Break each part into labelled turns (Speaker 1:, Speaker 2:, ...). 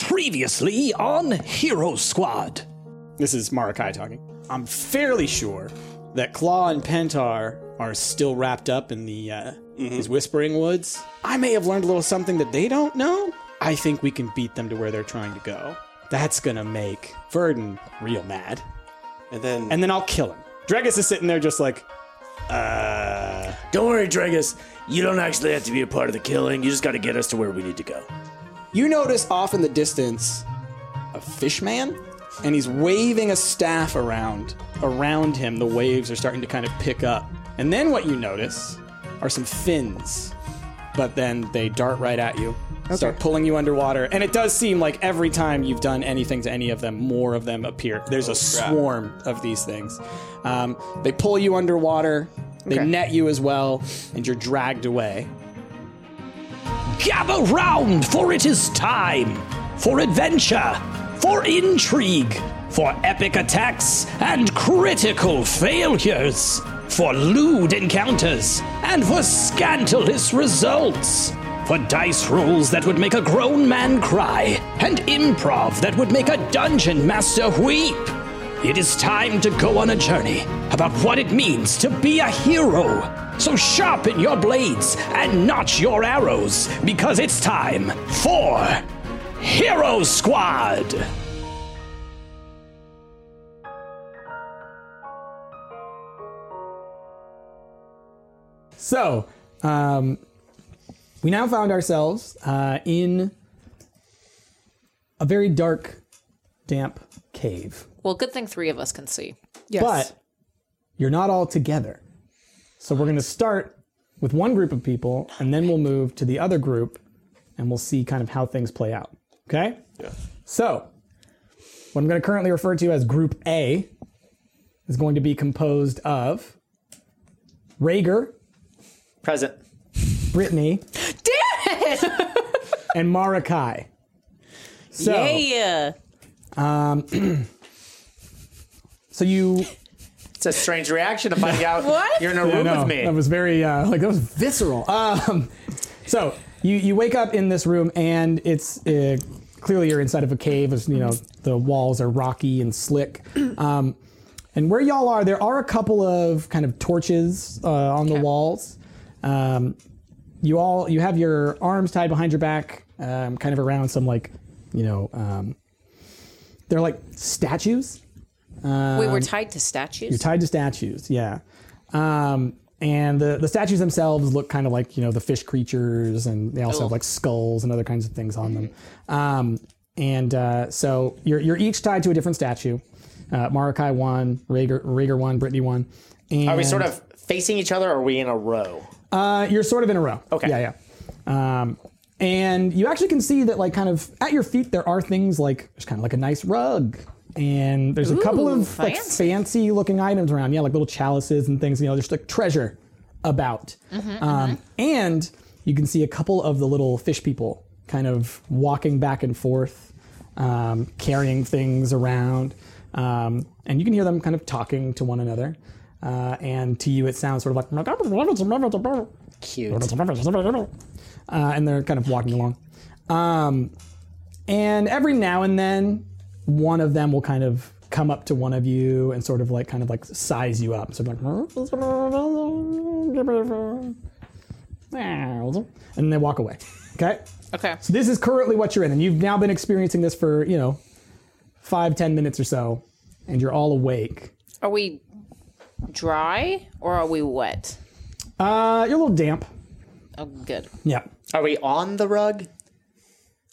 Speaker 1: Previously on Hero Squad.
Speaker 2: This is Marakai talking. I'm fairly sure that Claw and Pentar are still wrapped up in the uh,
Speaker 3: Mm-hmm.
Speaker 2: these Whispering Woods. I may have learned a little something that they don't know. I think we can beat them to where they're trying to go. That's gonna make Verdun real mad,
Speaker 3: And then
Speaker 2: and then I'll kill him. Dregus is sitting there just like, uh,
Speaker 4: Don't worry, Dragus. You don't actually have to be a part of the killing. You just got to get us to where we need to go.
Speaker 2: You notice off in the distance a fish man, and he's waving a staff around. Around him, the waves are starting to kind of pick up. And then what you notice are some fins, but then they dart right at you, start pulling you underwater. And it does seem like every time you've done anything to any of them, more of them appear. There's a swarm of these things. Um, they pull you underwater, they net you as well, and you're dragged away.
Speaker 1: Gather round, for it is time for adventure, for intrigue, for epic attacks and critical failures, for lewd encounters and for scandalous results, for dice rolls that would make a grown man cry and improv that would make a dungeon master weep. It is time to go on a journey about what it means to be a hero. So sharpen your blades and notch your arrows because it's time for Hero Squad.
Speaker 2: So, um, we now found ourselves uh, in a very dark, damp cave.
Speaker 5: Well, good thing three of us can see.
Speaker 6: Yes.
Speaker 2: But you're not all together. So, we're going to start with one group of people, and then we'll move to the other group, and we'll see kind of how things play out. Okay? Yeah. So, what I'm going to currently refer to as Group A is going to be composed of Rager,
Speaker 7: Present.
Speaker 2: Brittany. Damn it! and Marakai. So,
Speaker 5: Yeah.
Speaker 2: so you
Speaker 7: It's a strange reaction to find out
Speaker 5: What?
Speaker 7: you're in a room
Speaker 2: no,
Speaker 7: with me.
Speaker 2: That was very uh, like that was visceral. Um, so you you wake up in this room and it's uh, clearly you're inside of a cave. As you know, the walls are rocky and slick. Um, and where y'all are, there are a couple of kind of torches uh, on the
Speaker 5: Okay.
Speaker 2: walls. Um, you all you have your arms tied behind your back, um, kind of around some like you know um, they're like statues.
Speaker 5: we were tied to statues.
Speaker 2: um, You're tied to statues, yeah. Um, and the, the statues themselves look kind of like, you know, the fish creatures, and they
Speaker 7: Oh.
Speaker 2: also have like skulls and other kinds of things on them.
Speaker 7: Mm-hmm.
Speaker 2: Um, and uh, so you're, you're each tied to a different statue. Uh, Marakai one, Rager, Rager one, Brittany one. And
Speaker 7: Are we sort of facing each other or are we in a row?
Speaker 2: uh, you're sort of in a row.
Speaker 7: Okay.
Speaker 2: Yeah, yeah. Um, and you actually can see that, like, kind of at your feet, there are things like there's kind of like a nice rug, and there's a couple
Speaker 5: Ooh,
Speaker 2: of like
Speaker 5: fancy.
Speaker 2: fancy looking items around. Yeah, like little chalices and things. You know, there's like treasure about.
Speaker 5: Mm-hmm,
Speaker 2: um, And you can see a couple of the little fish people kind of walking back and forth, um, carrying things around, um, and you can hear them kind of talking to one another. Uh, and to you, it sounds sort of like
Speaker 7: Cute.
Speaker 2: uh, and they're kind of walking along. Um, and every now and then, one of them will kind of come up to one of you and sort of like kind of like size you up. So like, and they walk away. Okay,
Speaker 5: okay.
Speaker 2: so this is currently what you're in, and you've now been experiencing this for you know five ten minutes or so, and you're all awake.
Speaker 5: Are we dry or are we wet?
Speaker 2: Uh, you're a little damp.
Speaker 5: Oh, good.
Speaker 2: Yeah.
Speaker 7: Are we on the rug?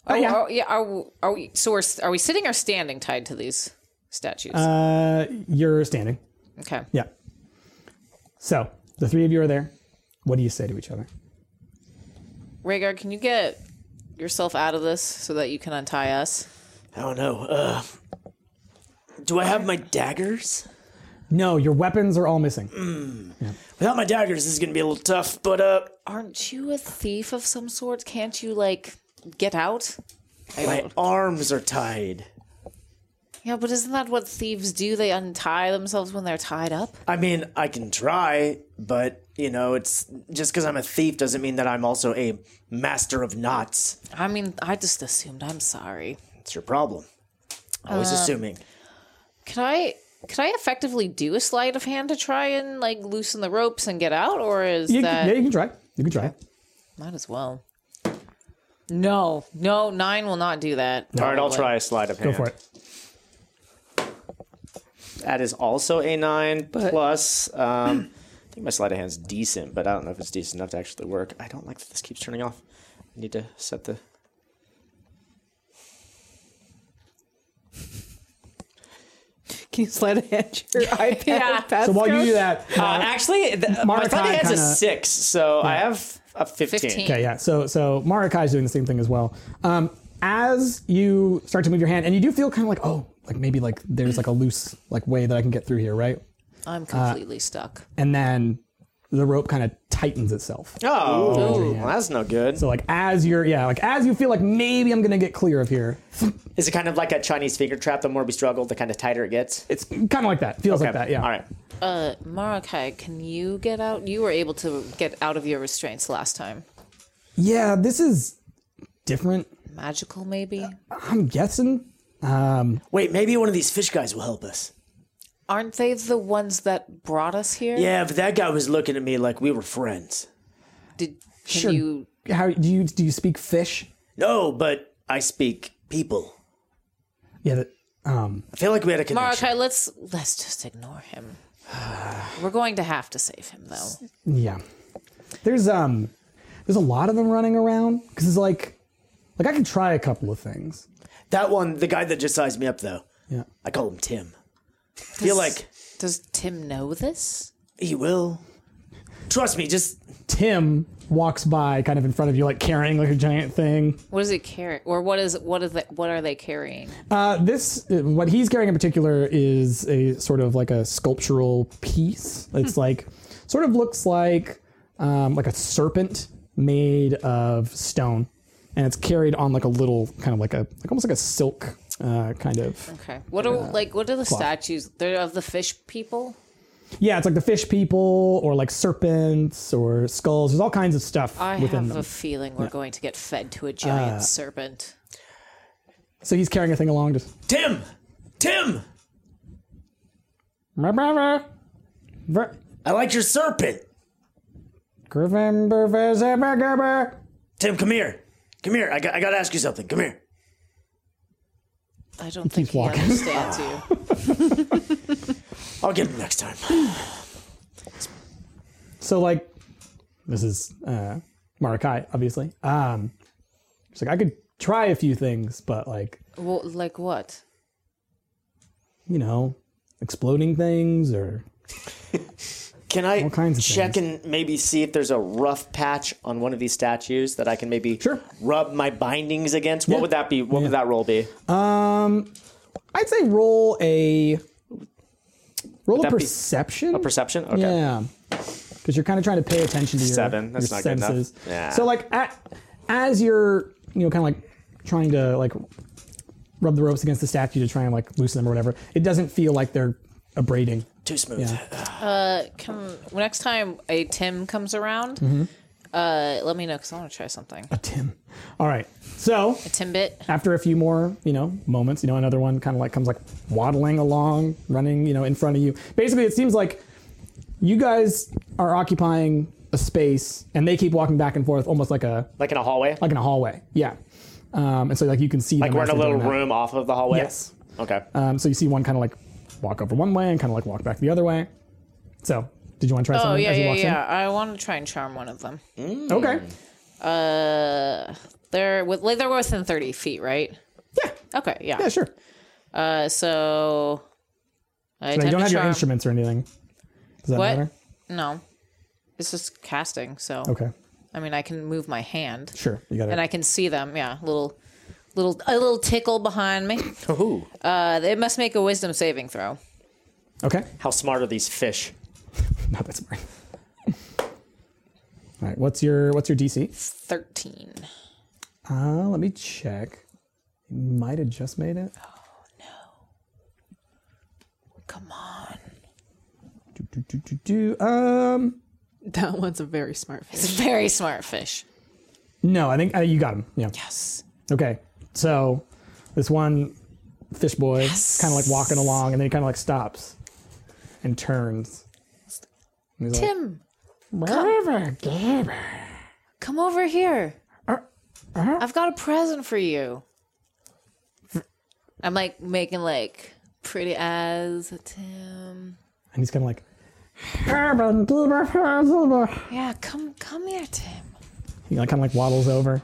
Speaker 5: Oh,
Speaker 2: yeah.
Speaker 5: Are, yeah. Are, we- are we? So we're are we sitting or standing tied to these statues?
Speaker 2: Uh, you're standing.
Speaker 5: okay.
Speaker 2: Yeah. So the three of you are there. What do you say to each other?
Speaker 5: Rhaegar, can you get yourself out of this so that you can untie us?
Speaker 4: I don't know. Uh, do I have my daggers?
Speaker 2: No, your weapons are all missing.
Speaker 4: Without my daggers, this is gonna be a little tough. But uh,
Speaker 5: Aren't you a thief of some sort? Can't you like get out? I
Speaker 4: my
Speaker 5: don't-
Speaker 4: arms are tied.
Speaker 5: Yeah, but isn't that what thieves do? They untie themselves when they're tied up.
Speaker 4: I mean, I can try, but you know, it's just because I'm a thief doesn't mean that I'm also a master of knots.
Speaker 5: I mean, I just assumed. I'm sorry.
Speaker 4: It's your problem. Always
Speaker 2: Uh,
Speaker 4: assuming.
Speaker 5: Can I? Could I effectively do a sleight of hand to try and like loosen the ropes and get out, or is
Speaker 2: You,
Speaker 5: that
Speaker 2: yeah, you can try. You can try.
Speaker 5: might as well? No, no, nine will not do that.
Speaker 1: All right, I'll try a slide of hand.
Speaker 2: Go for it.
Speaker 1: That is also a nine plus. Um, I think my sleight of hand's decent, but I don't know if it's decent enough to actually work. I don't like that this keeps turning off. I need to set the.
Speaker 8: Can you slide a hand your iPad?
Speaker 5: Yeah.
Speaker 8: passcode?
Speaker 2: So while you do that,
Speaker 1: Uh, actually, th- my
Speaker 2: Marakai
Speaker 1: sleight of hand's a
Speaker 2: kinda-
Speaker 1: six, so I have a fifteen.
Speaker 5: 15.
Speaker 2: Okay, yeah. So so Marakai is doing the same thing as well. Um, as you start to move your hand, and you do feel kind of like, oh, like maybe like there's like a loose like way that I can get through here, right?
Speaker 5: I'm completely stuck.
Speaker 2: And then the rope kind of tightens itself.
Speaker 1: Oh, well, that's no good.
Speaker 2: So like as you're yeah, like as you feel like maybe I'm gonna get clear of here.
Speaker 1: Is it kind of like a Chinese finger trap? The more we struggle, the kind of tighter it gets.
Speaker 2: It's kind of like that. Feels like that. Yeah.
Speaker 1: All right.
Speaker 5: Uh, Marakai, can you get out? You were able to get out of your restraints last time.
Speaker 2: Yeah. This is different.
Speaker 5: Magical,
Speaker 8: Uh,
Speaker 5: maybe?
Speaker 2: I'm guessing.
Speaker 4: Wait, maybe one of these fish guys will help us.
Speaker 5: Aren't they the ones that brought us here?
Speaker 4: Yeah, but that guy was looking at me like we were friends.
Speaker 5: Did can
Speaker 2: Sure.
Speaker 5: you?
Speaker 2: How do you do? You speak fish?
Speaker 4: No, but I speak people.
Speaker 2: Yeah. That, um.
Speaker 4: I feel like we had a connection.
Speaker 5: Marakai, let's let's just ignore him. We're going to have to save him, though.
Speaker 2: Yeah. There's um. There's a lot of them running around because it's like, like I can try a couple of things.
Speaker 4: That one, the guy that just sized me up, though.
Speaker 2: Yeah.
Speaker 4: I call him Tim. I feel like
Speaker 5: Does Tim know this?
Speaker 4: he will. Trust me, just
Speaker 2: Tim walks by kind of in front of you, like carrying like a giant thing.
Speaker 5: What does he carry, or what is what is that? What are they carrying?
Speaker 2: Uh, this uh, what he's carrying in particular is a sort of like a sculptural piece. It's like sort of looks like um, like a serpent made of stone, and it's carried on like a little kind of like a like almost like a silk uh, kind of
Speaker 5: Okay, what are like what are the statues? They're of the fish people.
Speaker 2: yeah. It's like the fish people or like serpents or skulls. There's all kinds of stuff
Speaker 5: I
Speaker 2: within
Speaker 5: have
Speaker 2: them.
Speaker 5: a feeling we're going to get fed to a giant serpent.
Speaker 2: so he's carrying a thing along. Just
Speaker 4: Tim, Tim.
Speaker 2: Ver-
Speaker 4: I like your serpent.
Speaker 2: Gryffindor, Gryffindor.
Speaker 4: Tim, come here. Come here. I got, I got to ask you something. Come here.
Speaker 5: I don't think he
Speaker 2: walking.
Speaker 5: understands you.
Speaker 4: I'll get him next time.
Speaker 2: So like, this is uh, Marakai, obviously. Um, she's like, I could try a few things, but like,
Speaker 5: Well, like what?
Speaker 2: you know, exploding things or
Speaker 1: Can I
Speaker 2: kinds of
Speaker 1: check and maybe see if there's a rough patch on one of these statues that I can maybe
Speaker 2: Sure.
Speaker 1: rub my bindings against? What would that be? What would that roll be?
Speaker 2: um, I'd say roll a roll a
Speaker 1: that be
Speaker 2: perception.
Speaker 1: A perception? Okay.
Speaker 2: Yeah, because you're kind of trying to pay attention to your
Speaker 1: Seven. That's
Speaker 2: your
Speaker 1: not good enough.
Speaker 2: senses.
Speaker 1: Yeah.
Speaker 2: So like, at, as you're you know kind of like trying to like rub the ropes against the statue to try and like loosen them or whatever, it doesn't feel like they're abrading.
Speaker 4: Too smooth.
Speaker 5: Uh, Come next time a Tim comes around. Uh, let me know because I want to try something.
Speaker 2: A Tim. All right. So
Speaker 5: Timbit.
Speaker 2: after a few more, you know, moments, you know, another one kind of like comes like waddling along, running, you know, in front of you. Basically, it seems like you guys are occupying a space, and they keep walking back and forth, almost like a
Speaker 1: Like in a hallway? Like,
Speaker 2: like in a hallway. Yeah. Um, and so like you can see them
Speaker 1: we're
Speaker 2: as
Speaker 1: in a
Speaker 2: they're
Speaker 1: little
Speaker 2: doing that.
Speaker 1: room off of the hallway?
Speaker 2: Yes.
Speaker 1: Okay.
Speaker 2: Um, so you see one kind of like walk over one way and kind of like walk back the other way. So did you want to try
Speaker 5: Oh
Speaker 2: something
Speaker 5: yeah,
Speaker 2: as he
Speaker 5: yeah,
Speaker 2: walks
Speaker 5: yeah. Mm. I want to try and charm one of them.
Speaker 2: in? Okay.
Speaker 5: Uh, they're with like, they're within thirty feet, right?
Speaker 2: Yeah.
Speaker 5: Okay, yeah.
Speaker 2: Yeah. Sure.
Speaker 5: Uh, so I
Speaker 2: Now,
Speaker 5: attempt
Speaker 2: you don't
Speaker 5: to
Speaker 2: have your
Speaker 5: charm-
Speaker 2: instruments or anything. Does that
Speaker 5: What?
Speaker 2: matter?
Speaker 5: No, it's just casting. So
Speaker 2: Okay.
Speaker 5: I mean, I can move my hand,
Speaker 2: Sure. You got it.
Speaker 5: and I can see them. Yeah, little, little, a little tickle behind me.
Speaker 1: Ooh.
Speaker 5: Uh, it must make a wisdom saving throw.
Speaker 2: okay.
Speaker 1: How smart are these fish?
Speaker 2: Not that smart. All right, what's your what's your DC?
Speaker 5: Thirteen.
Speaker 2: Uh, let me check. You might have just made it.
Speaker 5: Come on,
Speaker 2: Do, do, do, do, do. Um,
Speaker 8: That one's a very smart face.
Speaker 5: it's a very smart fish.
Speaker 2: no, I think uh, you got him. Yeah.
Speaker 5: Yes.
Speaker 2: Okay. So, This one fish boy kind of like walking along, and then he kind of like stops and turns. And he's like,
Speaker 5: Tim,
Speaker 2: "Whatever, Gabriel."
Speaker 5: come over here. I've got a present for you. I'm like making like pretty eyes at Tim.
Speaker 2: And he's kind of like, "Urban Gabriel Puzzle."
Speaker 5: Yeah, come come here, Tim.
Speaker 2: He like kind of like waddles over.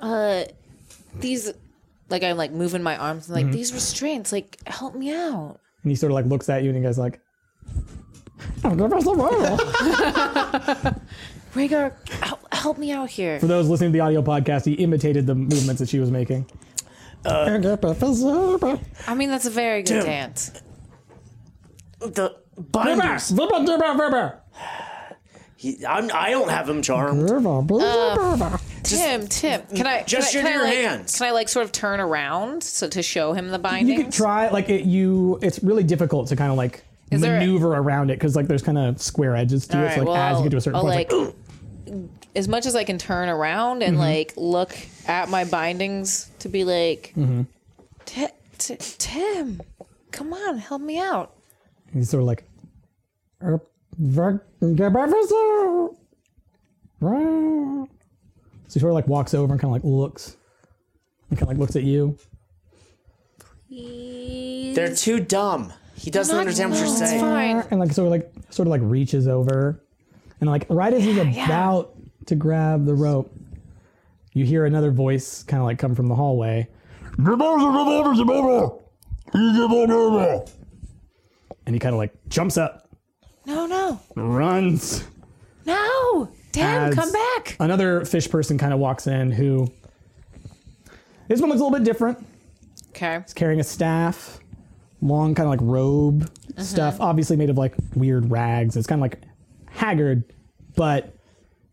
Speaker 5: Uh these like I'm like moving my arms and like these restraints, like help me out.
Speaker 2: And he sort of like looks at you and he goes like, "Oh, go press the button."
Speaker 5: Rhaegar, help, help me out here.
Speaker 2: For those listening to the audio podcast, he imitated the movements that she was making.
Speaker 5: I mean that's a very good dance.
Speaker 4: The binders. He, I'm, I don't have him charmed.
Speaker 5: Tim, Tim, can
Speaker 4: gesture
Speaker 5: I can I,
Speaker 4: to
Speaker 5: can
Speaker 4: your
Speaker 5: I, like,
Speaker 4: hands.
Speaker 5: Can I like sort of turn around so to show him the
Speaker 2: you
Speaker 5: bindings?
Speaker 2: could try like it, you. It's really difficult to kind of like
Speaker 5: there a-
Speaker 2: maneuver around it because like there's kind of square edges to it. so, like as you get to a certain
Speaker 5: I'll,
Speaker 2: point, it's like, Mm-hmm.
Speaker 5: like, as much as I can turn around and like look at my bindings to be like,
Speaker 2: Mm-hmm.
Speaker 5: "Ti- Ti- Tim, come on, help me out.
Speaker 2: he's sort of like, "Er, ver- go press the button." so he sort of like walks over and kind of like looks, and kind of like looks at you.
Speaker 1: They're too dumb. He doesn't understand what you're
Speaker 5: It's
Speaker 1: saying.
Speaker 5: fine.
Speaker 2: and like sort of like sort of like reaches over and like right as he's about to grab the rope you hear another voice kind of like come from the hallway and he kind of like jumps up
Speaker 5: No, no,
Speaker 2: runs
Speaker 5: no, Tim,
Speaker 2: As-
Speaker 5: come back.
Speaker 2: another fish person kind of walks in who this one looks a little bit different
Speaker 5: Okay,
Speaker 2: carrying a staff, long kind of like robe
Speaker 5: Uh-huh.
Speaker 2: stuff, obviously made of like weird rags. It's kind of like haggard, but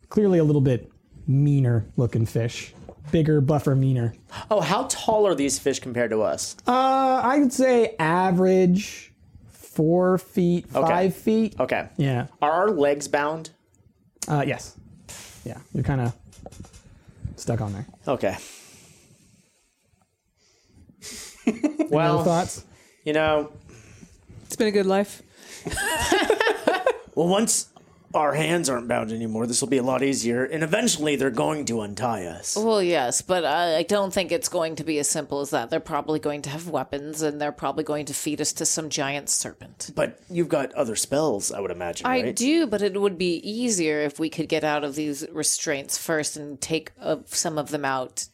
Speaker 2: clearly a little bit meaner looking fish. Bigger, buffer, meaner.
Speaker 1: Oh, how tall are these fish compared to us?
Speaker 2: Uh, I'd say average four feet, five feet.
Speaker 1: Okay.
Speaker 2: Yeah.
Speaker 1: Are our legs bound?
Speaker 2: Uh, yes. Yeah. You're kind of stuck on there.
Speaker 1: Okay.
Speaker 2: No
Speaker 1: well,
Speaker 2: thoughts?
Speaker 1: you know,
Speaker 8: It's been a good life.
Speaker 4: Well, once our hands aren't bound anymore, this will be a lot easier. And eventually, they're going to untie us.
Speaker 5: well, yes, but I, I don't think it's going to be as simple as that. They're probably going to have weapons, and they're probably going to feed us to some giant serpent.
Speaker 4: But you've got other spells, I would imagine.
Speaker 5: I
Speaker 4: right?
Speaker 5: do, but it would be easier if we could get out of these restraints first and take uh, some of them out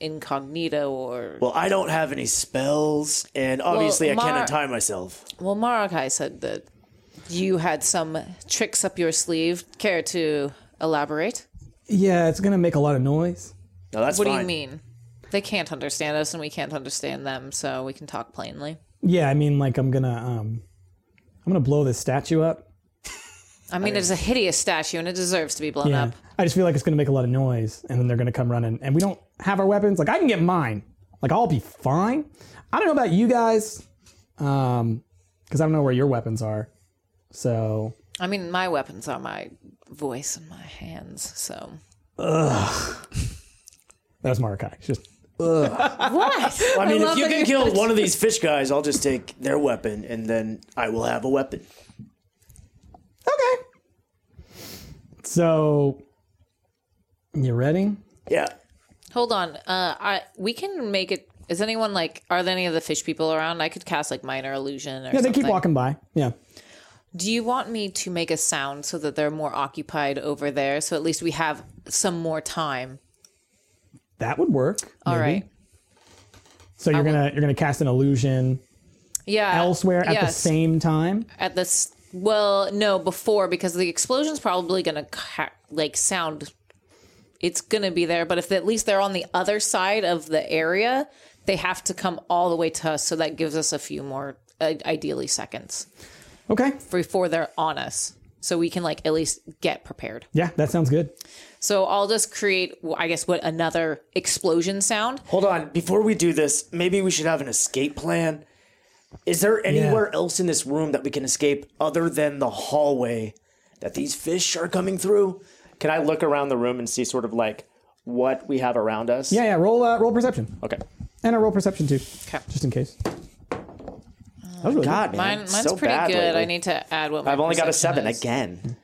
Speaker 5: incognito or.
Speaker 4: Well, I don't have any spells, and obviously, I
Speaker 5: Mar-
Speaker 4: can't untie myself.
Speaker 5: Well, Marakai said that you had some tricks up your sleeve. Care to elaborate?
Speaker 2: Yeah, it's going to make a lot of noise.
Speaker 4: No, that's
Speaker 5: What do you
Speaker 4: fine.
Speaker 5: mean? They can't understand us and we can't understand them, so we can talk plainly.
Speaker 2: Yeah, I mean, like, I'm going to, um, I'm going to blow this statue up.
Speaker 5: I mean, it's a hideous statue and it deserves to be blown
Speaker 2: Yeah.
Speaker 5: up.
Speaker 2: I just feel like it's going to make a lot of noise, and then they're going to come running, and we don't have our weapons. Like I can get mine. Like I'll be fine. I don't know about you guys, um, because I don't know where your weapons are. So
Speaker 5: I mean, my weapons are my voice and my hands, so.
Speaker 2: that was Marakai. She's Just
Speaker 5: What?
Speaker 4: I mean,
Speaker 8: love
Speaker 4: if you
Speaker 8: that
Speaker 4: can
Speaker 8: you-
Speaker 4: kill one of these fish guys, I'll just take their weapon, and then I will have a weapon.
Speaker 2: okay. So you ready?
Speaker 4: Yeah.
Speaker 5: Hold on. Uh, I we can make it. Is anyone like? Are there any of the fish people around? I could cast like minor illusion. Or
Speaker 2: Yeah, they
Speaker 5: something.
Speaker 2: keep walking by. Yeah.
Speaker 5: Do you want me to make a sound so that they're more occupied over there? So at least we have some more time.
Speaker 2: That would work.
Speaker 5: All
Speaker 2: maybe.
Speaker 5: right.
Speaker 2: So you're gonna you're gonna cast an illusion
Speaker 5: Yeah.
Speaker 2: elsewhere at the
Speaker 5: yes,
Speaker 2: same time.
Speaker 5: At this. Well, no, before because the explosion's probably gonna ca- like sound. It's gonna be there, but if at least they're on the other side of the area, they have to come all the way to us. So that gives us a few more, uh, ideally seconds.
Speaker 2: Okay.
Speaker 5: before they're on us so we can like at least get prepared
Speaker 2: Yeah, that sounds good.
Speaker 5: so i'll just create well, i guess what another explosion sound
Speaker 4: Hold on. Before we do this, maybe we should have an escape plan. Is there anywhere else in this room that we can escape other than the hallway that these fish are coming through?
Speaker 1: can I look around the room and see sort of like what we have around us?
Speaker 2: Yeah, yeah. Roll uh, roll perception.
Speaker 1: Okay.
Speaker 2: And I roll perception too,
Speaker 5: Okay.
Speaker 2: just in case.
Speaker 1: God, man,
Speaker 5: Mine,
Speaker 1: it's
Speaker 5: mine's
Speaker 1: so
Speaker 5: pretty
Speaker 1: bad
Speaker 5: good.
Speaker 1: lately.
Speaker 5: I need to add what my
Speaker 1: I've only got a
Speaker 5: perception
Speaker 1: seven
Speaker 5: is.
Speaker 1: again.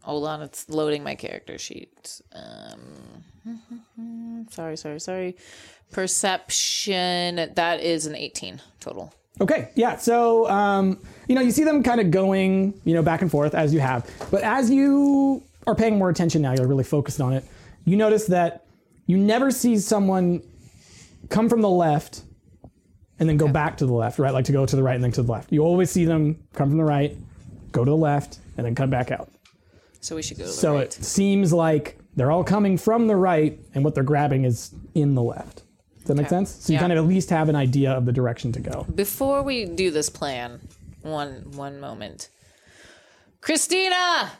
Speaker 5: Hold on, it's loading my character sheet. Um, sorry, sorry, sorry. Perception. That is an eighteen total.
Speaker 2: Okay, yeah. So um, you know, you see them kind of going, you know, back and forth as you have, but as you are paying more attention now, you're really focused on it. You notice that you never see someone come from the left and then go back to the left, right? Like to go to the right and then to the left. You always see them come from the right, go to the left, and then come back out.
Speaker 5: So we should go to the
Speaker 2: So
Speaker 5: right.
Speaker 2: it seems like they're all coming from the right, and what they're grabbing is in the left. Does that make
Speaker 5: Okay.
Speaker 2: sense? So you
Speaker 5: Yeah.
Speaker 2: kind of at least have an idea of the direction to go.
Speaker 5: Before we do this plan, one one moment. Christina.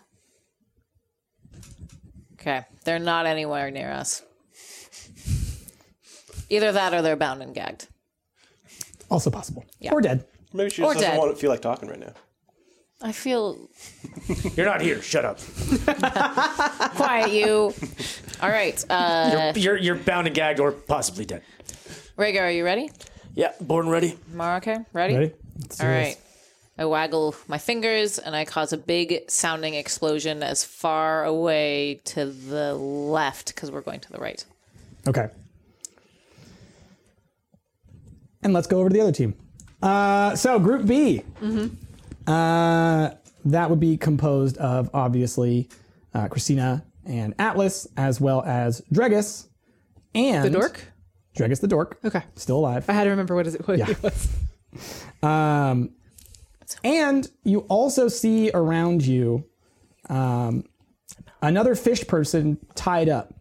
Speaker 5: Okay, they're not anywhere near us. Either that or they're bound and gagged.
Speaker 2: Also possible.
Speaker 5: Yeah.
Speaker 2: Or dead.
Speaker 9: Maybe she
Speaker 5: Or
Speaker 9: just doesn't
Speaker 5: dead.
Speaker 9: want to feel like talking right now.
Speaker 5: I feel
Speaker 4: You're not here. Shut up.
Speaker 5: quiet you. All right, uh,
Speaker 4: You're you're bound and gagged or possibly dead.
Speaker 5: Rhaegar, are you ready?
Speaker 4: Yeah, born ready.
Speaker 5: Mara, okay, ready?
Speaker 2: Ready? Let's do
Speaker 5: All
Speaker 2: this.
Speaker 5: right. I waggle my fingers and I cause a big sounding explosion as far away to the left because we're going to the right.
Speaker 2: Okay. And let's go over to the other team. Uh, so Group B.
Speaker 8: Mm-hmm.
Speaker 2: Uh, that would be composed of obviously uh, Christina and Atlas, as well as Dregus and
Speaker 8: The dork?
Speaker 2: Dregus the dork.
Speaker 8: Okay.
Speaker 2: Still alive.
Speaker 8: I had to remember what, is it, what
Speaker 2: Yeah.
Speaker 8: it was.
Speaker 2: Um, and you also see around you um, another fish person tied up.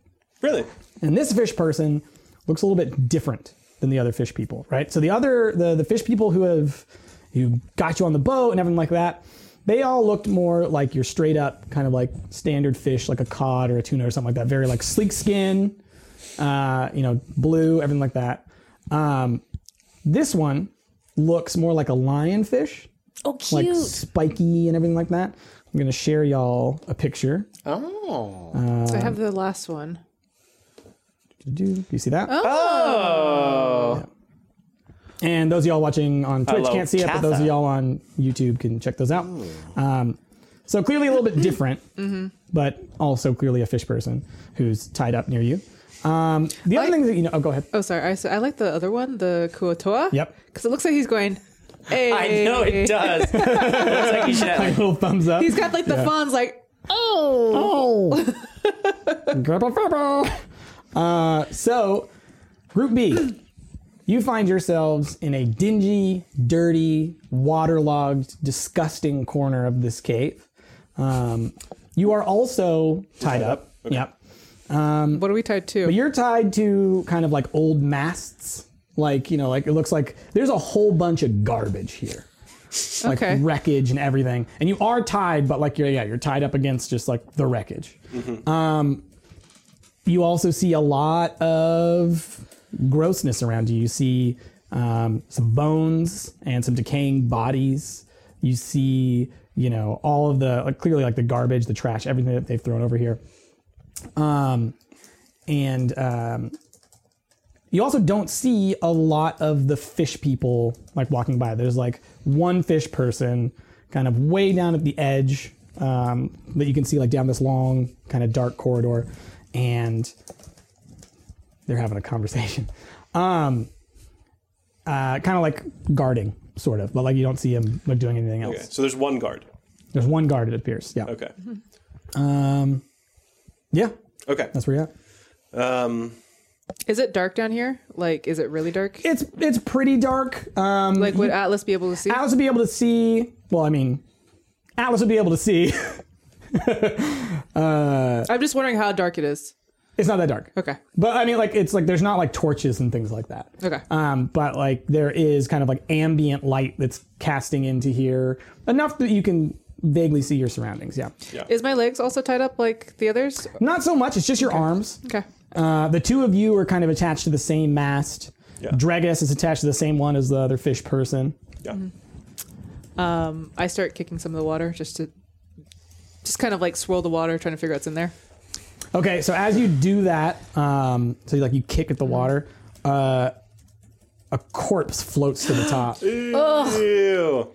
Speaker 9: Really?
Speaker 2: And this fish person looks a little bit different than the other fish people, right? So the other the, the fish people who have who got you on the boat and everything like that, they all looked more like your straight up kind of like standard fish, like a cod or a tuna or something like that. Very like sleek skin, uh, you know, blue, everything like that. Um, this one looks more like a lionfish,
Speaker 5: Oh,
Speaker 2: like
Speaker 5: cute.
Speaker 2: spiky and everything like that. I'm gonna share y'all a picture.
Speaker 8: I have the last one.
Speaker 2: Do you see that? Oh.
Speaker 8: Oh.
Speaker 2: And those of y'all watching on Twitch
Speaker 1: Hello,
Speaker 2: can't see it, but those of
Speaker 1: Katha.
Speaker 2: y'all on YouTube can check those out. Um, so clearly a little bit different,
Speaker 8: Mm-hmm.
Speaker 2: but also clearly a fish person who's tied up near you. Um, the other
Speaker 8: Like-
Speaker 2: thing that you know, oh, go ahead.
Speaker 8: Oh, sorry. I, so I like the other one, the Kuotoa.
Speaker 2: Yep.
Speaker 8: Because it looks like he's going, hey.
Speaker 1: I know it does. Looks like you should have, like,
Speaker 2: Little thumbs up.
Speaker 8: He's got like the fawns like, oh.
Speaker 2: Oh. uh, so, Group B, you find yourselves in a dingy, dirty, waterlogged, disgusting corner of this cave. Um, you are also tied up. Yep.
Speaker 8: What are we tied to?
Speaker 2: But you're tied to kind of like old masts. Like, you know, like it looks like there's a whole bunch of garbage here. Like
Speaker 8: Okay.
Speaker 2: wreckage and everything. And you are tied, but like you're yeah, you're tied up against just like the wreckage. Um you also see a lot of grossness around you. You see um, some bones and some decaying bodies. You see, you know, all of the like, clearly like the garbage, the trash, everything that they've thrown over here Um, and um, you also don't see a lot of the fish people like walking by. There's like one fish person kind of way down at the edge um, that you can see like down this long kind of dark corridor, and they're having a conversation, um, uh, kind of like guarding sort of, but like you don't see him like doing anything else.
Speaker 9: Okay. So there's one guard.
Speaker 2: There's one guard it appears. Yeah.
Speaker 9: Okay.
Speaker 8: Mm-hmm.
Speaker 2: Um, yeah,
Speaker 9: Okay.
Speaker 2: that's where you're at.
Speaker 9: Um,
Speaker 8: is it dark down here? Like, is it really dark?
Speaker 2: It's it's pretty dark. Um,
Speaker 8: like, would Atlas be able to see?
Speaker 2: Atlas would be able to see. Well, I mean, Atlas would be able to see.
Speaker 8: I'm just wondering how dark it is.
Speaker 2: it's not that dark.
Speaker 8: Okay.
Speaker 2: But I mean, like, it's like there's not like torches and things like that.
Speaker 8: Okay.
Speaker 2: Um, but like there is kind of like ambient light that's casting into here enough that you can vaguely see your surroundings. Yeah.
Speaker 8: Is my legs also tied up like the others?
Speaker 2: Not so much. It's just your arms.
Speaker 8: Okay.
Speaker 2: Uh, the two of you are kind of attached to the same mast.
Speaker 9: Yeah.
Speaker 2: Dregus is attached to the same one as the other fish person.
Speaker 9: yeah.
Speaker 8: Mm-hmm. Um, I start kicking some of the water just to, just kind of like swirl the water, trying to figure out what's in there.
Speaker 2: Okay, so as you do that, um, so you, like you kick at the water, uh, corpse floats to the top.
Speaker 9: Ew.